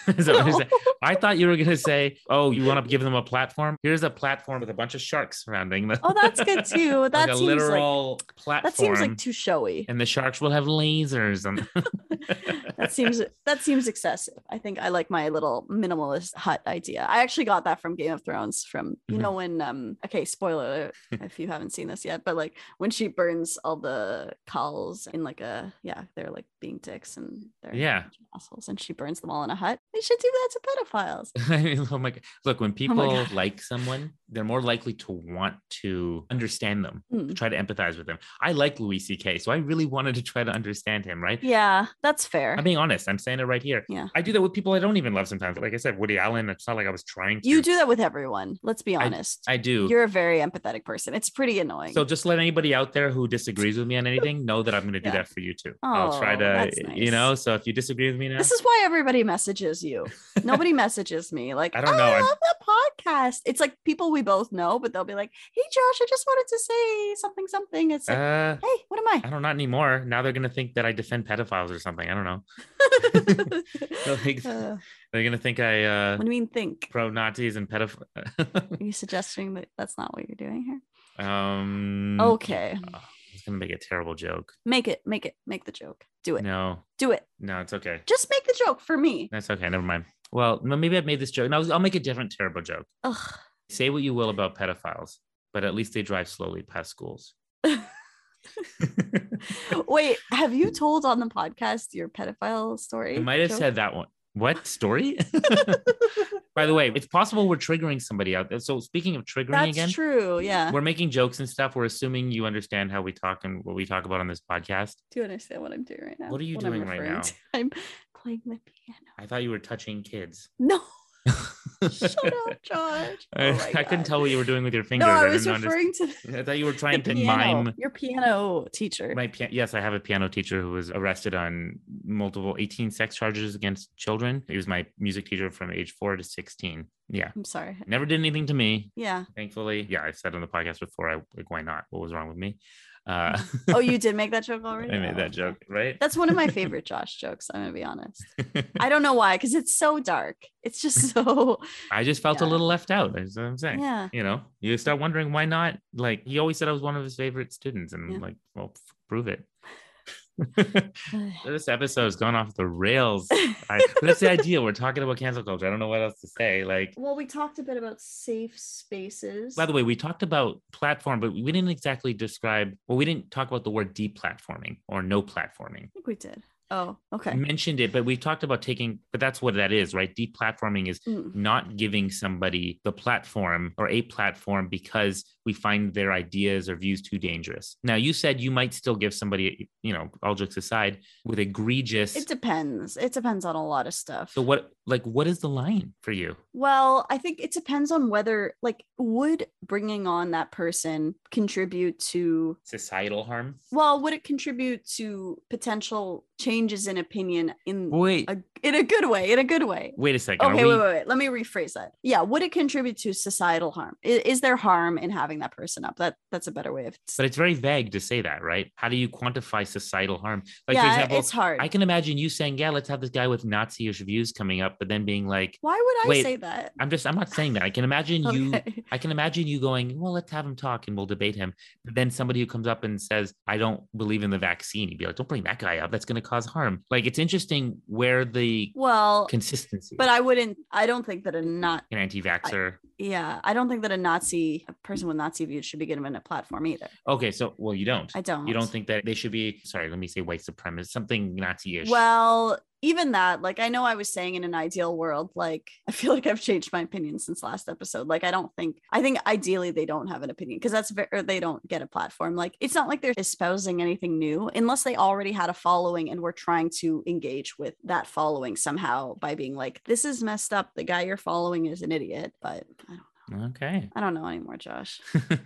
Speaker 2: Is that what you said? I thought you were gonna say, "Oh, you want to give them a platform? Here's a platform with a bunch of sharks surrounding them."
Speaker 1: Oh, that's good too. That
Speaker 2: like a
Speaker 1: seems like
Speaker 2: literal platform.
Speaker 1: that seems like too showy.
Speaker 2: and the sharks will have lasers and
Speaker 1: that seems that seems excessive. I think I like my little minimalist hut idea. I actually got that from Game of Thrones. From you
Speaker 2: Mhm.
Speaker 1: know when um okay spoiler alert if you haven't seen this yet, but like when she burns all the cowls in like a yeah they're like being dicks and they're
Speaker 2: Yeah.
Speaker 1: assholes and she burns them all in a hut. They should do that to pedophiles.
Speaker 2: I mean, oh my god. Look, when people
Speaker 1: God.
Speaker 2: like someone, they're more likely to want to understand them,
Speaker 1: Hmm.
Speaker 2: to try to empathize with them. I like Louis C.K., so I really wanted to try to understand him, right?
Speaker 1: Yeah, that's fair.
Speaker 2: I'm being honest. I'm saying it right here.
Speaker 1: Yeah.
Speaker 2: I do that with people I don't even love sometimes. Like I said, Woody Allen, it's not like I was trying to.
Speaker 1: you do that with everyone. Let's be honest.
Speaker 2: I do.
Speaker 1: You're a very empathetic person. It's pretty annoying.
Speaker 2: So just let anybody out there who disagrees with me on anything know that I'm going to do
Speaker 1: Yeah.
Speaker 2: that for you too. I'll try
Speaker 1: Oh,
Speaker 2: to,
Speaker 1: that's
Speaker 2: you
Speaker 1: nice.
Speaker 2: know. So if you disagree with me now,
Speaker 1: This is why everybody messages you. Nobody messages me. Like,
Speaker 2: I don't
Speaker 1: "Oh,
Speaker 2: know,
Speaker 1: I
Speaker 2: I'm-
Speaker 1: love the podcast. It's like people we both know, but they'll be like, hey, Josh, I just wanted to say something, something. It's like,
Speaker 2: uh,
Speaker 1: hey, what am
Speaker 2: I don't not anymore. Now they're going to think that I defend pedophiles or something. I don't know. They'll
Speaker 1: I?
Speaker 2: think-
Speaker 1: uh,
Speaker 2: They're going to think I uh,
Speaker 1: what do you mean think?
Speaker 2: pro Nazis and pedophile.
Speaker 1: Are you suggesting that that's not what you're doing here?
Speaker 2: um,
Speaker 1: Okay.
Speaker 2: oh, I was going to make a terrible joke.
Speaker 1: Make it, make it, make the joke. Do it.
Speaker 2: No,
Speaker 1: Do it.
Speaker 2: no, it's okay.
Speaker 1: Just make the joke for me.
Speaker 2: That's okay. Never mind. Well, no, maybe I've made this joke. No, I'll make a different terrible joke.
Speaker 1: Ugh.
Speaker 2: Say what you will about pedophiles, but at least they drive slowly past schools.
Speaker 1: Wait, have you told on the podcast your pedophile story?
Speaker 2: I might have
Speaker 1: joke?
Speaker 2: said that one. What story? By the way, it's possible we're triggering somebody out there. So speaking of triggering
Speaker 1: that's
Speaker 2: again,
Speaker 1: true. Yeah.
Speaker 2: we're making jokes and stuff. We're assuming you understand how we talk and what we talk about on this podcast.
Speaker 1: Do you understand what I'm doing right now?
Speaker 2: What are you
Speaker 1: I'm
Speaker 2: doing right
Speaker 1: referring
Speaker 2: now?
Speaker 1: to? I'm playing the piano.
Speaker 2: I thought you were touching kids.
Speaker 1: No, shut up, George.
Speaker 2: I,
Speaker 1: Oh my
Speaker 2: I couldn't
Speaker 1: God.
Speaker 2: tell what you were doing with your fingers.
Speaker 1: No, I
Speaker 2: I
Speaker 1: was
Speaker 2: didn't understand.
Speaker 1: referring to the
Speaker 2: I thought you were trying to
Speaker 1: piano.
Speaker 2: mime
Speaker 1: Your piano teacher.
Speaker 2: my pian- yes i have a piano teacher who was arrested on multiple 18 sex charges against children he was my music teacher from age 4 to 16 yeah
Speaker 1: I'm sorry.
Speaker 2: never did anything to me
Speaker 1: Yeah.
Speaker 2: thankfully yeah i've said on the podcast before i like why not what was wrong with me uh
Speaker 1: Oh, you did make that joke already.
Speaker 2: i made
Speaker 1: Oh,
Speaker 2: that joke right
Speaker 1: That's one of my favorite Josh jokes. I'm gonna be honest. I don't know why, because it's so dark. It's just so
Speaker 2: i just felt a
Speaker 1: Yeah.
Speaker 2: little left out is what i'm saying
Speaker 1: yeah.
Speaker 2: you know you start wondering why not like he always said i was one of his favorite students and I'm
Speaker 1: Yeah.
Speaker 2: like well f- prove it This episode has gone off the rails. I, that's the idea. We're talking about cancel culture. I don't know what else to say. Like,
Speaker 1: Well, we talked a bit about safe spaces.
Speaker 2: by the way, we talked about platform, but we didn't exactly describe. Well, we didn't talk about the word deplatforming or no platforming.
Speaker 1: I think we did. Oh, okay.
Speaker 2: Mentioned it, but we talked about taking. But that's what that is, right? Deplatforming is
Speaker 1: Mm.
Speaker 2: not giving somebody the platform or a platform because we find their ideas or views too dangerous. Now, you said you might still give somebody, you know, all jokes aside, with egregious.
Speaker 1: It depends. It depends on a lot of stuff.
Speaker 2: so what like what is the line for you?
Speaker 1: Well, I think it depends on whether, like, would bringing on that person contribute to,
Speaker 2: societal harm.
Speaker 1: well, would it contribute to potential changes in opinion in
Speaker 2: Wait,
Speaker 1: a, in a good way? In a good way.
Speaker 2: wait a second.
Speaker 1: Okay,
Speaker 2: Are we,
Speaker 1: wait, wait, wait. Let me rephrase that. Yeah, would it contribute to societal harm? Is, is there harm in having that person up? That that's a better way of.
Speaker 2: But it's very vague to say that, right? How do you quantify societal harm? Like,
Speaker 1: yeah,
Speaker 2: for example,
Speaker 1: it's hard.
Speaker 2: I can imagine you saying, "Yeah, let's have this guy with Nazi-ish views coming up," but then being like,
Speaker 1: Why would I
Speaker 2: Wait,
Speaker 1: say that?
Speaker 2: "I'm just, I'm not saying that." I can imagine you.
Speaker 1: Okay.
Speaker 2: I can imagine you going, well, let's have him talk and we'll debate him. But then somebody who comes up and says, I don't believe in the vaccine, you'd be like, don't bring that guy up. That's going to cause harm. Like, it's interesting where the
Speaker 1: Well,
Speaker 2: consistency
Speaker 1: but I wouldn't. I don't think that a not.
Speaker 2: an anti vaxxer.
Speaker 1: Yeah, I don't think that a Nazi, a person with Nazi views, should be given a platform either.
Speaker 2: Okay. So, well, you don't.
Speaker 1: I don't.
Speaker 2: You don't think that they should be sorry, let me say white supremacist, something Nazi-ish.
Speaker 1: Well, even that, like, I know I was saying in an ideal world, like, I feel like I've changed my opinion since last episode. Like, I don't think, I think ideally they don't have an opinion because that's very, they don't get a platform. Like, it's not like they're espousing anything new unless they already had a following and were trying to engage with that following somehow by being like, this is messed up. The guy you're following is an idiot. But I don't,
Speaker 2: okay.
Speaker 1: I don't know anymore, Josh.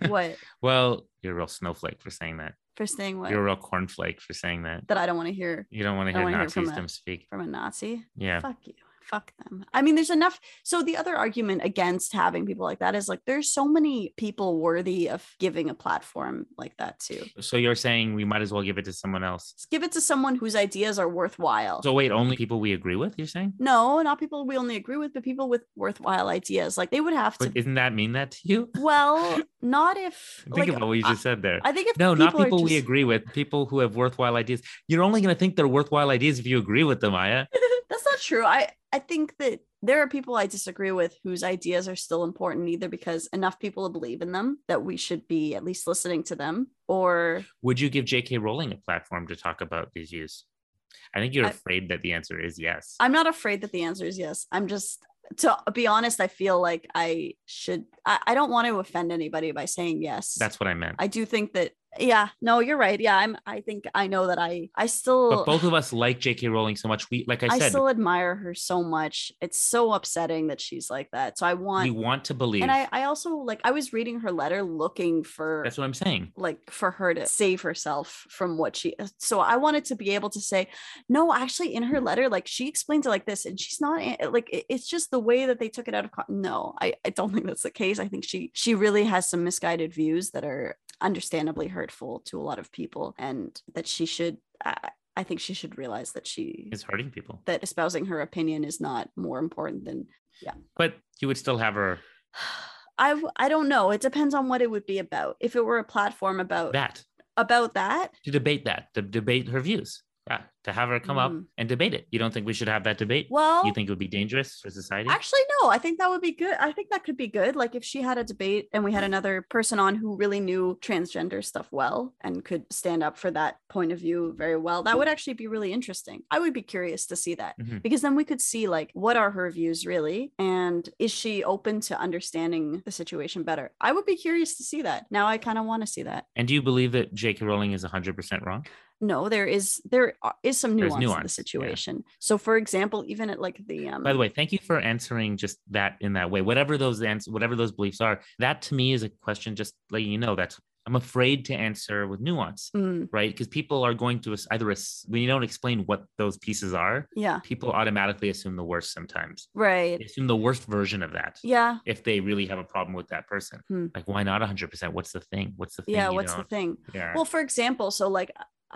Speaker 1: What?
Speaker 2: well, you're a real snowflake for saying that.
Speaker 1: First thing, what?
Speaker 2: You're a real cornflake for saying that.
Speaker 1: that I don't want to hear
Speaker 2: You don't want to
Speaker 1: I don't
Speaker 2: hear
Speaker 1: wanna hear from
Speaker 2: Nazisdom
Speaker 1: a-
Speaker 2: speak.
Speaker 1: from a Nazi.
Speaker 2: Yeah.
Speaker 1: Fuck you. fuck them. I mean, there's enough. So the other argument against having people like that is like there's so many people worthy of giving a platform like that too.
Speaker 2: So you're saying we might as well give it to someone else.
Speaker 1: Just give it to someone whose ideas are worthwhile.
Speaker 2: So wait, only people we agree with, you're saying?
Speaker 1: no, not people we only agree with, but people with worthwhile ideas. Like they would have to.
Speaker 2: But isn't that mean that to you?
Speaker 1: well, not if.
Speaker 2: Think
Speaker 1: like,
Speaker 2: about what you just said there.
Speaker 1: I think if
Speaker 2: no, not
Speaker 1: are
Speaker 2: people we
Speaker 1: just-
Speaker 2: agree with, people who have worthwhile ideas. You're only going to think they're worthwhile ideas if you agree with them, Maya.
Speaker 1: That's not true. I I think that there are people I disagree with whose ideas are still important either because enough people believe in them that we should be at least listening to them or
Speaker 2: Would you give J.K. Rowling a platform to talk about these views? I think you're
Speaker 1: I-
Speaker 2: afraid that the answer is yes.
Speaker 1: I'm not afraid that the answer is yes. I'm just to be honest, I feel like I should I, I don't want to offend anybody by saying yes.
Speaker 2: That's what I meant.
Speaker 1: I do think that yeah, no, you're right. Yeah, I'm I think I know that I I still
Speaker 2: but both of us like J.K. Rowling so much. We, like I
Speaker 1: I
Speaker 2: said,
Speaker 1: still admire her so much. It's so upsetting that she's like that. So I want
Speaker 2: we want to believe.
Speaker 1: and I, I also like I was reading her letter looking for
Speaker 2: That's what I'm saying.
Speaker 1: like for her to save herself from what she uh, so I wanted to be able to say no actually in her letter like she explains it like this and she's not a- like it- it's just the way that they took it out of con- no I, I don't think that's the case I think she she really has some misguided views that are understandably hurtful to a lot of people and that she should I, I think she should realize that she
Speaker 2: It's hurting people.
Speaker 1: that espousing her opinion is not more important than
Speaker 2: But you would still have her
Speaker 1: I w- I don't know. It depends on what it would be about. If it were a platform about
Speaker 2: that
Speaker 1: about that,
Speaker 2: to debate that, to debate her views. Yeah, to have her come up
Speaker 1: Mhm.
Speaker 2: and debate it. You don't think we should have that debate?
Speaker 1: well,
Speaker 2: you think it would be dangerous for society?
Speaker 1: actually no. I think that would be good. I think that could be good. Like if she had a debate and we had another person on who really knew transgender stuff well and could stand up for that point of view very well, that would actually be really interesting. I would be curious to see that.
Speaker 2: Mhm.
Speaker 1: Because then we could see like what are her views really, and is she open to understanding the situation better? I would be curious to see that. Now I kind of want to see that.
Speaker 2: And do you believe that J.K. Rowling is 100% wrong?
Speaker 1: no there is there are- is some
Speaker 2: There's
Speaker 1: nuance, in the
Speaker 2: nuance, yeah.
Speaker 1: situation so for example even at like the um
Speaker 2: By the way, thank you for answering just that in that way. Whatever those ans- whatever those beliefs are, that to me is a question just letting you know that I'm afraid to answer with nuance,
Speaker 1: mm,
Speaker 2: right? Because people are going to as- either as- when you don't explain what those pieces are,
Speaker 1: yeah
Speaker 2: people automatically assume the worst sometimes. They
Speaker 1: right
Speaker 2: assume the worst version of that
Speaker 1: yeah
Speaker 2: if they really have a problem with that person.
Speaker 1: Hmm.
Speaker 2: Like why not 100%? What's the thing? What's the thing?
Speaker 1: yeah
Speaker 2: you
Speaker 1: what's the
Speaker 2: don't-
Speaker 1: thing
Speaker 2: Yeah.
Speaker 1: well for example so like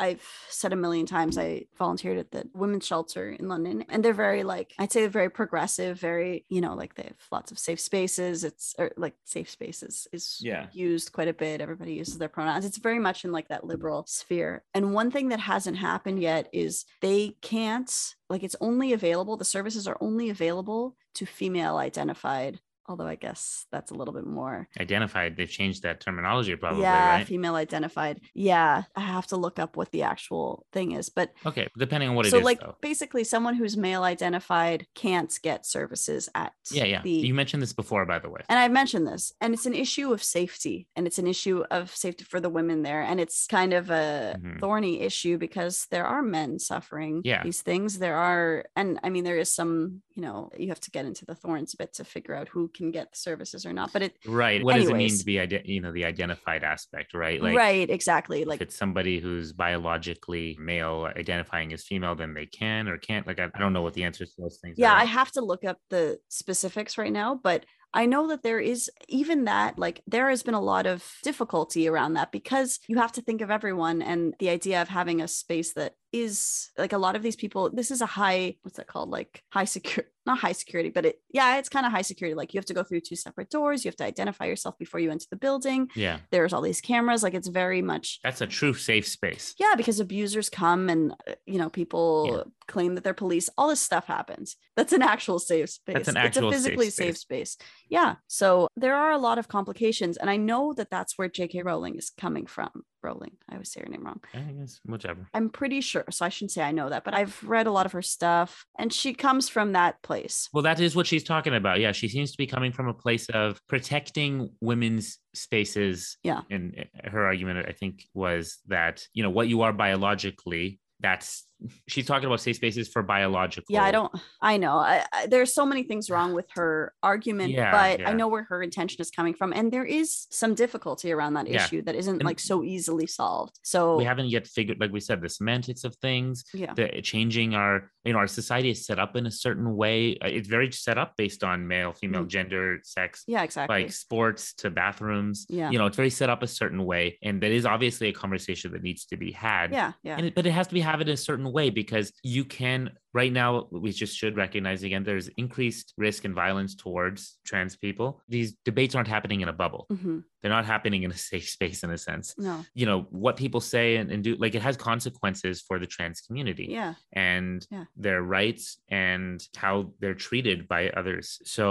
Speaker 1: i've said a million times i volunteered at the women's shelter in london and they're very like i'd say they're very progressive very you know like they have lots of safe spaces it's or like safe spaces is
Speaker 2: yeah.
Speaker 1: used quite a bit. Everybody uses their pronouns. It's very much in like that liberal sphere. And one thing that hasn't happened yet is they can't, like, it's only available, the services are only available to female identified. Although I guess that's a little bit more.
Speaker 2: Identified. They've changed that terminology probably,
Speaker 1: yeah,
Speaker 2: right?
Speaker 1: female identified. Yeah, I have to look up what the actual thing is. But
Speaker 2: Okay, depending on what
Speaker 1: so,
Speaker 2: it is
Speaker 1: like,
Speaker 2: though.
Speaker 1: basically, someone who's male identified can't get services at
Speaker 2: Yeah, yeah.
Speaker 1: the
Speaker 2: you mentioned this before, by the way.
Speaker 1: and I mentioned this, and it's an issue of safety, and it's an issue of safety for the women there, and it's kind of a
Speaker 2: Mhm.
Speaker 1: thorny issue because there are men suffering
Speaker 2: Yeah.
Speaker 1: these things. There are, and I mean, there is some, you know, you have to get into the thorns a bit to figure out who can get the services or not. But it,
Speaker 2: right. What does it mean
Speaker 1: anyways.
Speaker 2: to be, ide- you know, the identified aspect, right? Like,
Speaker 1: right, exactly,
Speaker 2: If
Speaker 1: like
Speaker 2: it's somebody who's biologically male, identifying as female, then they can or can't. Like, I, I don't know what the answer to those things.
Speaker 1: yeah
Speaker 2: are.
Speaker 1: i have to look up the specifics right now but i know that there is even that like there has been a lot of difficulty around that because you have to think of everyone and the idea of having a space that is like a lot of these people this is a high what's that called like high secure not high security but it yeah it's kind of high security like you have to go through two separate doors you have to identify yourself before you enter the building
Speaker 2: yeah.
Speaker 1: there's all these cameras like it's very much
Speaker 2: That's a true safe space.
Speaker 1: yeah because abusers come and uh, you know people claim that they're police all this stuff happens that's an actual safe space
Speaker 2: That's an actual
Speaker 1: it's
Speaker 2: safe
Speaker 1: a physically safe space. yeah so there are a lot of complications and i know that that's where jk rowling is coming from rowling i always say her name wrong
Speaker 2: I guess, whichever.
Speaker 1: i'm pretty sure so i shouldn't say i know that but i've read a lot of her stuff and she comes from that place
Speaker 2: Well, that is what she's talking about. Yeah, she seems to be coming from a place of protecting women's spaces. eh,
Speaker 1: Yeah.
Speaker 2: And her argument, I think, was that, you know, what you are biologically, that's she's talking about safe spaces for biological.
Speaker 1: Yeah, I don't. I know. I, I, there's so many things wrong with her argument,
Speaker 2: Yeah,
Speaker 1: but
Speaker 2: yeah.
Speaker 1: I know where her intention is coming from, and there is some difficulty around that
Speaker 2: Yeah.
Speaker 1: issue that isn't
Speaker 2: And-
Speaker 1: like so easily solved. So
Speaker 2: We haven't yet figured, like we said, the semantics of things.
Speaker 1: yeah,
Speaker 2: the eh, changing our you know our society is set up in a certain way Uh, it's very set up based on male female
Speaker 1: Mhm.
Speaker 2: gender sex
Speaker 1: yeah, exactly.
Speaker 2: like sports to bathrooms
Speaker 1: Yeah.
Speaker 2: you know it's very set up a certain way and that is obviously a conversation that needs to be had
Speaker 1: yeah, yeah,
Speaker 2: and it, but it has to be have it a certain way because you can right now we just should recognize again there's increased risk and violence towards trans people these debates aren't happening in a bubble
Speaker 1: hmm
Speaker 2: they're not happening in a safe space in a sense
Speaker 1: no,
Speaker 2: you know what people say and, and do like it has consequences for the trans community
Speaker 1: yeah,
Speaker 2: and
Speaker 1: Yeah.
Speaker 2: their rights and how they're treated by others. So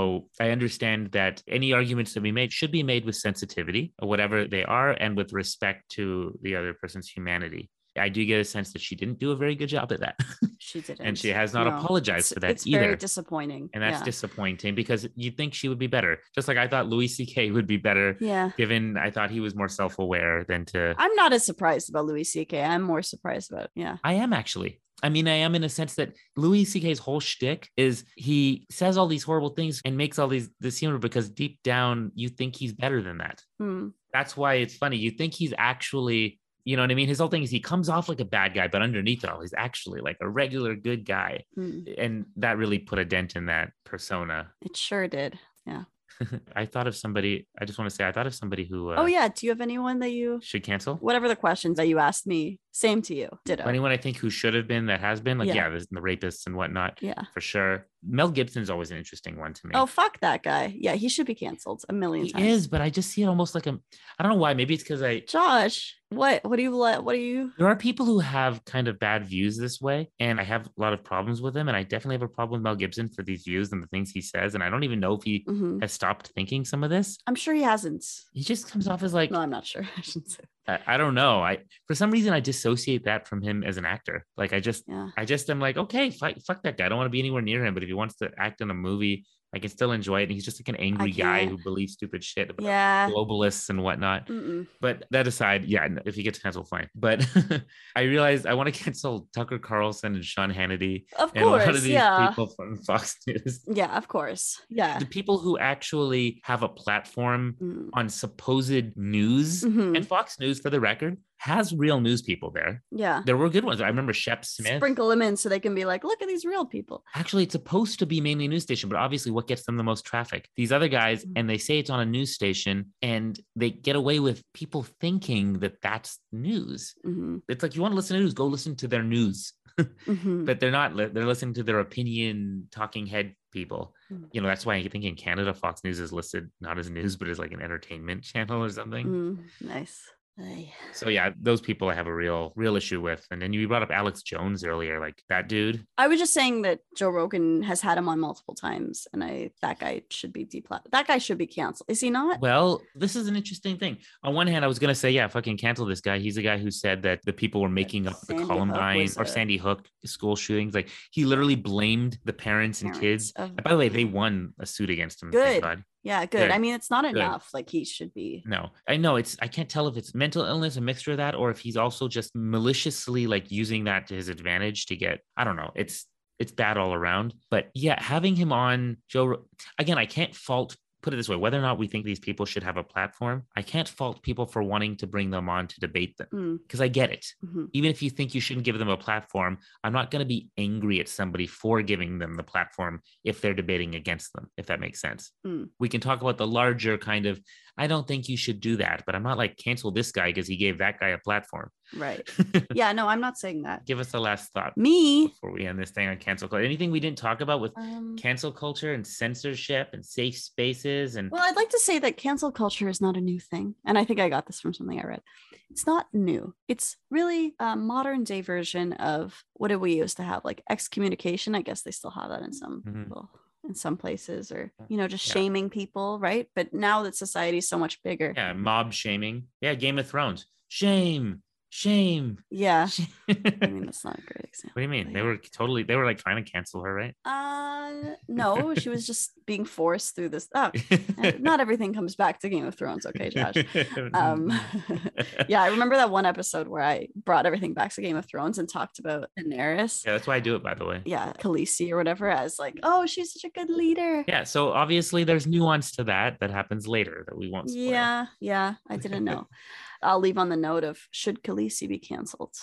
Speaker 2: I understand that any arguments that we make should be made with sensitivity, whatever they are, and with respect to the other person's humanity. I do get a sense that she didn't do a very good job at that.
Speaker 1: she didn't,
Speaker 2: and she has not
Speaker 1: No.
Speaker 2: apologized
Speaker 1: It's-
Speaker 2: for that
Speaker 1: it's
Speaker 2: either.
Speaker 1: very disappointing.
Speaker 2: and that's
Speaker 1: yeah.
Speaker 2: disappointing because you'd think she would be better. Just like I thought Louis C.K. would be better,
Speaker 1: yeah.
Speaker 2: given I thought he was more self aware than to.
Speaker 1: I'm not as surprised about Louis C.K. I'm more surprised about yeah,
Speaker 2: I am actually. I mean, I am in a sense that Louis C.K.'s whole shtick is he says all these horrible things and makes all these this humor because deep down you think he's better than that.
Speaker 1: Hmm.
Speaker 2: That's why it's funny. You think he's actually, you know what I mean? His whole thing is he comes off like a bad guy, but underneath it all, he's actually like a regular good guy.
Speaker 1: Hmm.
Speaker 2: And that really put a dent in that persona.
Speaker 1: it sure did.
Speaker 2: I thought of somebody, I just want to say, I thought of somebody who uh,
Speaker 1: oh yeah, do you have anyone that you?
Speaker 2: should cancel.
Speaker 1: Whatever the questions that you asked me, same to you. Ditto.
Speaker 2: Anyone I think who should have been that has been, like,
Speaker 1: Yeah.
Speaker 2: yeah, the, the rapists and whatnot.
Speaker 1: yeah.
Speaker 2: for sure. Mel Gibson's always an interesting one to me.
Speaker 1: Oh fuck that guy. Yeah, he should be canceled a million
Speaker 2: he
Speaker 1: times.
Speaker 2: is, but I just see it almost like a. I don't know why. Maybe it's because I.
Speaker 1: Josh, what what do you let what do you
Speaker 2: There are people who have kind of bad views this way, and I have a lot of problems with them. And I definitely have a problem with Mel Gibson for these views and the things he says. And I don't even know if he
Speaker 1: Mhm.
Speaker 2: has stopped thinking some of this.
Speaker 1: I'm sure he hasn't.
Speaker 2: He just comes off as like
Speaker 1: No, I'm not sure. I shouldn't say.
Speaker 2: I, I don't know. I for some reason I dissociate that from him as an actor. Like I just
Speaker 1: Yeah.
Speaker 2: I just am like okay, fuck, fuck that guy. I don't want to be anywhere near him. But if he wants to act in a movie, I can still enjoy it. And he's just like an angry guy
Speaker 1: can't.
Speaker 2: who believes stupid shit about
Speaker 1: Yeah.
Speaker 2: globalists and whatnot.
Speaker 1: Mm-mm.
Speaker 2: But that aside, yeah, no, if he gets canceled, fine. But I realized I want to cancel Tucker Carlson and Sean Hannity
Speaker 1: Of
Speaker 2: and a lot of
Speaker 1: course.
Speaker 2: these
Speaker 1: Yeah.
Speaker 2: people from Fox News.
Speaker 1: Yeah, of course. Yeah.
Speaker 2: The people who actually have a platform
Speaker 1: Mm.
Speaker 2: on supposed news.
Speaker 1: Mhm.
Speaker 2: And Fox News, for the record, has real news people there.
Speaker 1: Yeah.
Speaker 2: There were good ones. I remember Shep Smith.
Speaker 1: Sprinkle them in so they can be like, look at these real people.
Speaker 2: Actually, it's supposed to be mainly a news station, but obviously, what gets them the most traffic? These other guys, and they say it's on a news station, and they get away with people thinking that that's news.
Speaker 1: Mhm.
Speaker 2: it's like you want to listen to news, go listen to their news.
Speaker 1: Mhm.
Speaker 2: But they're not. li- They're listening to their opinion talking head people.
Speaker 1: Mm.
Speaker 2: You know that's why I think in Canada Fox News is listed not as news, but as like an entertainment channel or something.
Speaker 1: Mm. Nice. Ay.
Speaker 2: So yeah, those people I have a real, real issue with. And then you brought up Alex Jones earlier, like that dude.
Speaker 1: I was just saying that Joe Rogan has had him on multiple times, and I that guy should be deplatted. That guy should be canceled. Is he not?
Speaker 2: Well, this is an interesting thing. On one hand, I was gonna say, yeah, fucking cancel this guy. He's the guy who said that the people were making up
Speaker 1: Sandy
Speaker 2: the
Speaker 1: Hook
Speaker 2: Columbine
Speaker 1: was
Speaker 2: or
Speaker 1: a-
Speaker 2: Sandy Hook school shootings. Like he literally blamed the parents and
Speaker 1: Parents
Speaker 2: kids.
Speaker 1: of-
Speaker 2: And by the way, they won a suit against him.
Speaker 1: Good.
Speaker 2: Thank God.
Speaker 1: Yeah, good.
Speaker 2: Good.
Speaker 1: I mean, it's not
Speaker 2: Good.
Speaker 1: enough. Like he should be.
Speaker 2: No, I know it's, I can't tell if it's mental illness, a mixture of that, or if he's also just maliciously like using that to his advantage to get, I don't know. It's, it's bad all around. But yeah, having him on Joe, Ro- again, I can't fault, put it this way, whether or not we think these people should have a platform, I can't fault people for wanting to bring them on to debate them
Speaker 1: Mm,
Speaker 2: because I get it.
Speaker 1: mhm.
Speaker 2: Even if you think you shouldn't give them a platform, I'm not going to be angry at somebody for giving them the platform if they're debating against them, if that makes sense.
Speaker 1: Mm.
Speaker 2: We can talk about the larger kind of, I don't think you should do that, but I'm not like cancel this guy because he gave that guy a platform.
Speaker 1: Mm, Right. yeah. No, I'm not saying that.
Speaker 2: Give us the last thought
Speaker 1: Me.
Speaker 2: before we end this thing on cancel culture. Anything we didn't talk about with
Speaker 1: Um,
Speaker 2: cancel culture and censorship and safe spaces and
Speaker 1: well, I'd like to say that cancel culture is not a new thing, and I think I got this from something I read. It's not new. It's really a modern day version of what did we used to have, like excommunication. I guess they still have that in some
Speaker 2: Mhm.
Speaker 1: well, in some places, or you know, just
Speaker 2: Yeah.
Speaker 1: shaming people, right? But now that society is so much bigger,
Speaker 2: yeah, mob shaming. Yeah, Game of Thrones. Shame, Shame.
Speaker 1: Yeah.
Speaker 2: Shame.
Speaker 1: I
Speaker 2: what
Speaker 1: mean, that's not a great example.
Speaker 2: do you mean? They were totally. They were like trying to cancel her, right?
Speaker 1: Uh, no, she was just being forced through this. Oh, not everything comes back to Game of Thrones. Okay, Josh. Um,
Speaker 2: Mm.
Speaker 1: yeah, I remember that one episode where I brought everything back to Game of Thrones and talked about Daenerys.
Speaker 2: Yeah, that's why I do it, by the way.
Speaker 1: Yeah, Khaleesi or whatever, as like, oh, she's such a good leader.
Speaker 2: Yeah. So obviously, there's nuance to that that happens later that we won't. Spoil.
Speaker 1: Yeah, yeah, I didn't know. I'll leave on the note of should Khaleesi be canceled?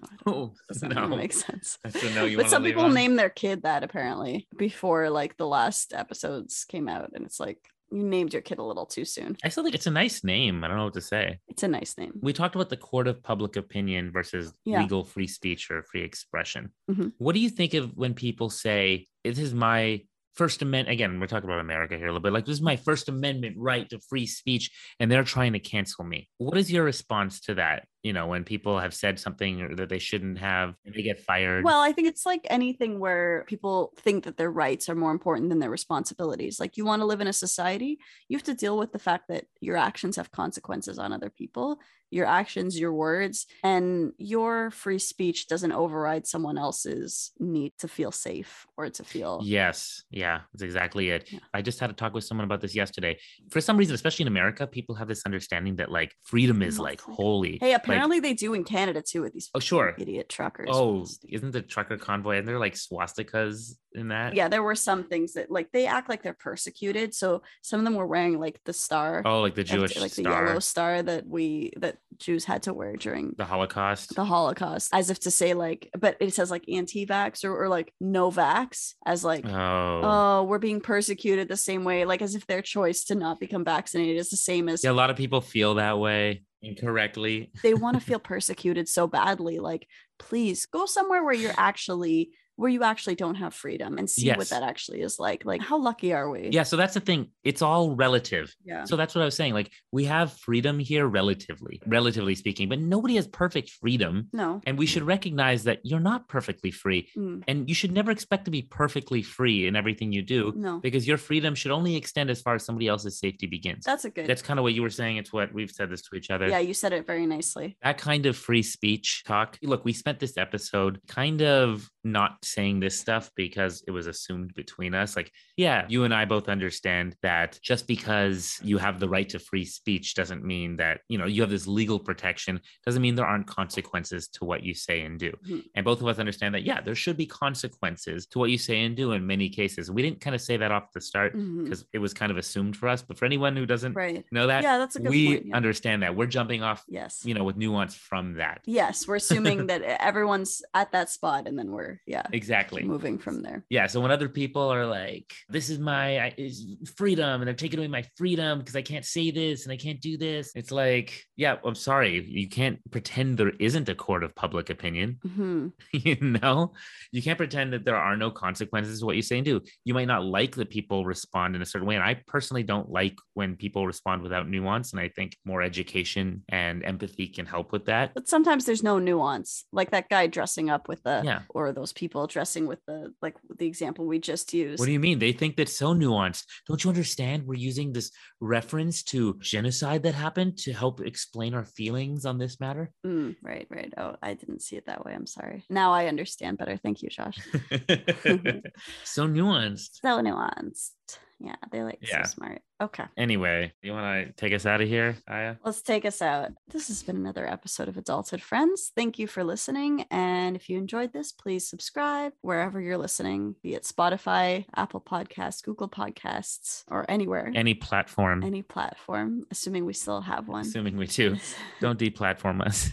Speaker 1: No, I don't-
Speaker 2: Oh,
Speaker 1: doesn't
Speaker 2: no.
Speaker 1: make sense.
Speaker 2: That's a no you
Speaker 1: but
Speaker 2: wanna
Speaker 1: some
Speaker 2: leave
Speaker 1: people
Speaker 2: on?
Speaker 1: name their kid that apparently before like the last episodes came out, and it's like you named your kid a little too soon.
Speaker 2: I still think it's a nice name. I don't know what to say.
Speaker 1: It's a nice name.
Speaker 2: We talked about the court of public opinion versus
Speaker 1: Yeah.
Speaker 2: legal free speech or free expression.
Speaker 1: Mhm.
Speaker 2: What do you think of when people say, This is my First Amendment? Again, we're talking about America here a little bit. Like, this is my First Amendment right to free speech, and they're trying to cancel me. What is your response to that? You know, when people have said something or that they shouldn't have and they get fired.
Speaker 1: Well, I think it's like anything where people think that their rights are more important than their responsibilities. Like you want to live in a society, you have to deal with the fact that your actions have consequences on other people, your actions, your words, and your free speech doesn't override someone else's need to feel safe or to feel
Speaker 2: Yes. Yeah, that's exactly it.
Speaker 1: Yeah.
Speaker 2: I just had a talk with someone about this yesterday. For some reason, especially in America, people have this understanding that like freedom is
Speaker 1: Freedom
Speaker 2: like
Speaker 1: is like-
Speaker 2: holy.
Speaker 1: Hey,
Speaker 2: Like,
Speaker 1: apparently they do in Canada too with these
Speaker 2: oh,
Speaker 1: fucking
Speaker 2: sure.
Speaker 1: idiot truckers.
Speaker 2: Oh, isn't the trucker convoy and there like swastikas in that?
Speaker 1: yeah, there were some things that like they act like they're persecuted. So some of them were wearing like the star.
Speaker 2: Oh, like the
Speaker 1: like-
Speaker 2: Jewish
Speaker 1: like the
Speaker 2: star,
Speaker 1: yellow star that we that Jews had to wear during
Speaker 2: the Holocaust.
Speaker 1: the Holocaust, as if to say like, but it says like anti-vax or, or like no vax, as like,
Speaker 2: oh.
Speaker 1: oh. we're being persecuted the same way, like as if their choice to not become vaccinated is the same as
Speaker 2: yeah, a lot of people feel that way incorrectly.
Speaker 1: they want to feel persecuted so badly. Like, please go somewhere where you're actually where you actually don't have freedom and see
Speaker 2: Yes.
Speaker 1: what that actually is like. Like, how lucky are we?
Speaker 2: Yeah, so that's the thing. It's all relative.
Speaker 1: Yeah.
Speaker 2: So that's what I was saying. Like we have freedom here relatively, relatively speaking, but nobody has perfect freedom.
Speaker 1: No.
Speaker 2: And we should recognize that you're not perfectly free.
Speaker 1: Mm,
Speaker 2: And you should never expect to be perfectly free in everything you do
Speaker 1: no.
Speaker 2: because your freedom should only extend as far as somebody else's safety begins.
Speaker 1: That's a good.
Speaker 2: That's kind of what you were saying. It's what we've said this to each other.
Speaker 1: yeah, you said it very nicely.
Speaker 2: That kind of free speech talk. Look, we spent this episode kind of not saying this stuff because it was assumed between us. Like, yeah, you and I both understand that just because you have the right to free speech doesn't mean that, you know, you have this legal protection, doesn't mean there aren't consequences to what you say and do.
Speaker 1: Mhm.
Speaker 2: And both of us understand that, yeah, there should be consequences to what you say and do in many cases. We didn't kind of say that off the start
Speaker 1: Mhm.
Speaker 2: because it was kind of assumed for us. But for anyone who doesn't
Speaker 1: Right.
Speaker 2: know that,
Speaker 1: yeah, that's a good
Speaker 2: we
Speaker 1: point. yeah.
Speaker 2: understand that we're jumping off
Speaker 1: yes.
Speaker 2: you know with nuance from that
Speaker 1: Yes, we're assuming that e-, everyone's at that spot and then we're yeah,
Speaker 2: exactly
Speaker 1: moving from there.
Speaker 2: yeah so when other people are like this is my I- is freedom and they're taking away my freedom because i can't say this and i can't do this it's like yeah i'm sorry you can't pretend there isn't a court of public opinion
Speaker 1: Mhm.
Speaker 2: you know you can't pretend that there are no consequences to what you say and do you might not like that people respond in a certain way and i personally don't like when people respond without nuance and i think more education and empathy can help with that
Speaker 1: But sometimes there's no nuance. Like that guy dressing up with the
Speaker 2: yeah
Speaker 1: or those people dressing with the like the example we just used.
Speaker 2: What do you mean? They think that's so nuanced. Don't you understand? We're using this reference to genocide that happened to help explain our feelings on this matter.
Speaker 1: Mm, right, right. Oh, I didn't see it that way. I'm sorry. Now I understand better. Thank you, Josh.
Speaker 2: so nuanced.
Speaker 1: So nuanced. Yeah, they're like
Speaker 2: Yeah.
Speaker 1: so smart. Okay.
Speaker 2: Anyway, you want to take us out of here, Aya?
Speaker 1: Let's take us out. This has been another episode of Adulthood Friends. Thank you for listening. And if you enjoyed this, please subscribe wherever you're listening, be it Spotify, Apple Podcasts, Google Podcasts, or anywhere,
Speaker 2: Any platform,
Speaker 1: any platform, assuming we still have one.
Speaker 2: assuming we do. Don't deplatform us.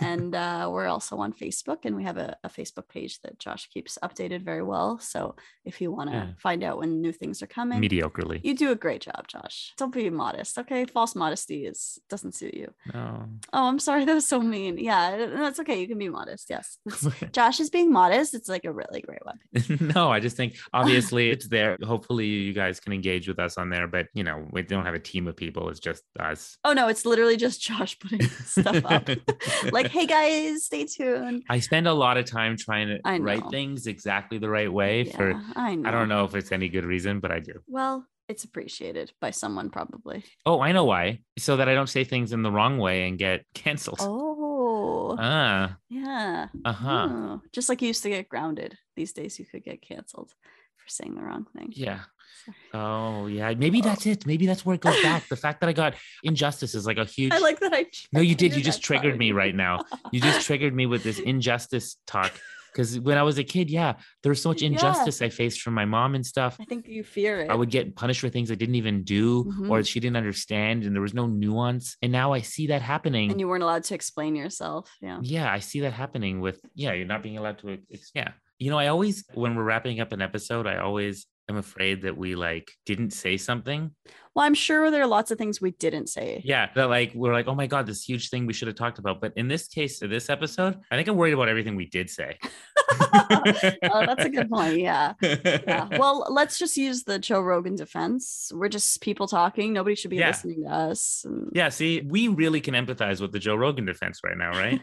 Speaker 1: and uh, we're also on Facebook, and we have a, a Facebook page that Josh keeps updated very well. So if you want to
Speaker 2: Yeah.
Speaker 1: find out when new things are coming,
Speaker 2: Mediocrely.
Speaker 1: you do a great job, Josh. Don't be modest, okay? False modesty is doesn't suit you.
Speaker 2: No.
Speaker 1: Oh, I'm sorry. That was so mean. Yeah, that's okay. You can be modest. Yes. Josh is being modest. It's like a really great one.
Speaker 2: no, I just think obviously it's there. Hopefully, you guys can engage with us on there, but you know, we don't have a team of people. It's just us.
Speaker 1: Oh, no, it's literally just Josh putting stuff up. like, hey guys, stay tuned.
Speaker 2: I spend a lot of time trying to
Speaker 1: I
Speaker 2: write
Speaker 1: know.
Speaker 2: things exactly the right way for
Speaker 1: I know.
Speaker 2: I don't know if it's any good reason, but I do.
Speaker 1: Well, it's appreciated by somemeone probably.
Speaker 2: Oh, I know why. So that I don't say things in the wrong way and get canceled.
Speaker 1: Oh, Oh,
Speaker 2: Ah,
Speaker 1: yeah.
Speaker 2: uh huh.
Speaker 1: Oh, Just like you used to get grounded, these days you could get canceled for saying the wrong thing.
Speaker 2: Yeah. Oh, yeah. Maybe that's it. Maybe that's where it goes back. The fact that I got injustice is like a huge.
Speaker 1: I like that I.
Speaker 2: no, you did.
Speaker 1: checked
Speaker 2: You
Speaker 1: your
Speaker 2: just
Speaker 1: next
Speaker 2: triggered
Speaker 1: topic.
Speaker 2: me right now. You just triggered me with this injustice talk. Because when I was a kid, yeah, there was so much
Speaker 1: Yeah.
Speaker 2: injustice I faced from my mom and stuff.
Speaker 1: I think you fear it.
Speaker 2: I would get punished for things I didn't even do or
Speaker 1: Mhm.
Speaker 2: she didn't understand, and there was no nuance. And now I see that happening.
Speaker 1: and you weren't allowed to explain yourself. Yeah.
Speaker 2: yeah i see that happening with yeah you're not being allowed to ex- yeah you know i always when we're wrapping up an episode i always am afraid that we like didn't say something
Speaker 1: Well, I'm sure there are lots of things we didn't say.
Speaker 2: yeah that like we're like oh my god this huge thing we should have talked about but in this case of this episode i think i'm worried about everything we did say
Speaker 1: oh, that's a good point. Yeah. Yeah. Well, let's just use the Joe Rogan defense. We're just people talking. Nobody should be
Speaker 2: Yeah.
Speaker 1: listening to us. and-
Speaker 2: yeah see we really can empathize with the joe rogan defense right now right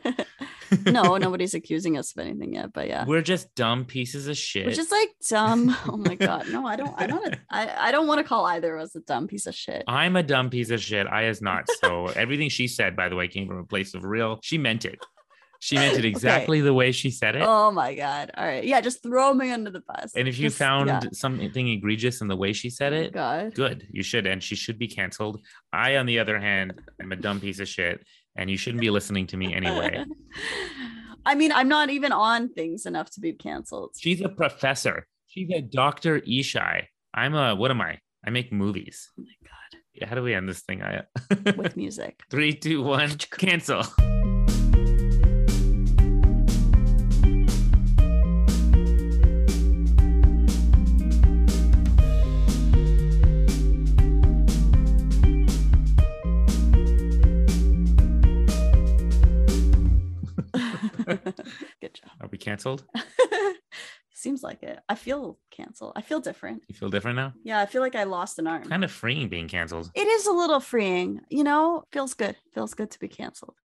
Speaker 1: no, nobody's accusing us of anything yet. But yeah.
Speaker 2: we're just dumb pieces of shit
Speaker 1: Which is like dumb. Oh my god. No, I don't I don't I, I don't want to call either of us a dumb piece of shit.
Speaker 2: I'm a dumb piece of shit. I is not. So everything she said, by the way, came from a place of real. She meant it. She meant it
Speaker 1: Okay.
Speaker 2: exactly the way she said it.
Speaker 1: Oh my god. All right. Yeah, just throw me under the bus.
Speaker 2: and if you
Speaker 1: Just-
Speaker 2: found
Speaker 1: yeah.
Speaker 2: something egregious in the way she said
Speaker 1: Oh my
Speaker 2: it,
Speaker 1: God.
Speaker 2: good. You should, and she should be canceled. I, on the other hand, am a dumb piece of shit, and you shouldn't be listening to me anyway.
Speaker 1: I mean, I'm not even on things enough to be canceled.
Speaker 2: She's a professor. She's a Dr. Ishai. I'm a, what am I? I make movies.
Speaker 1: Oh my god.
Speaker 2: How do we end this thing? I,
Speaker 1: With music.
Speaker 2: three, two, one, cancel.
Speaker 1: Good job.
Speaker 2: Are we canceled?
Speaker 1: Seems like it. I feel canceled. I feel different.
Speaker 2: You feel different now?
Speaker 1: Yeah, I feel like I lost an arm.
Speaker 2: Kind of freeing being canceled.
Speaker 1: It is a little freeing, you know? Feels good. Feels good to be canceled.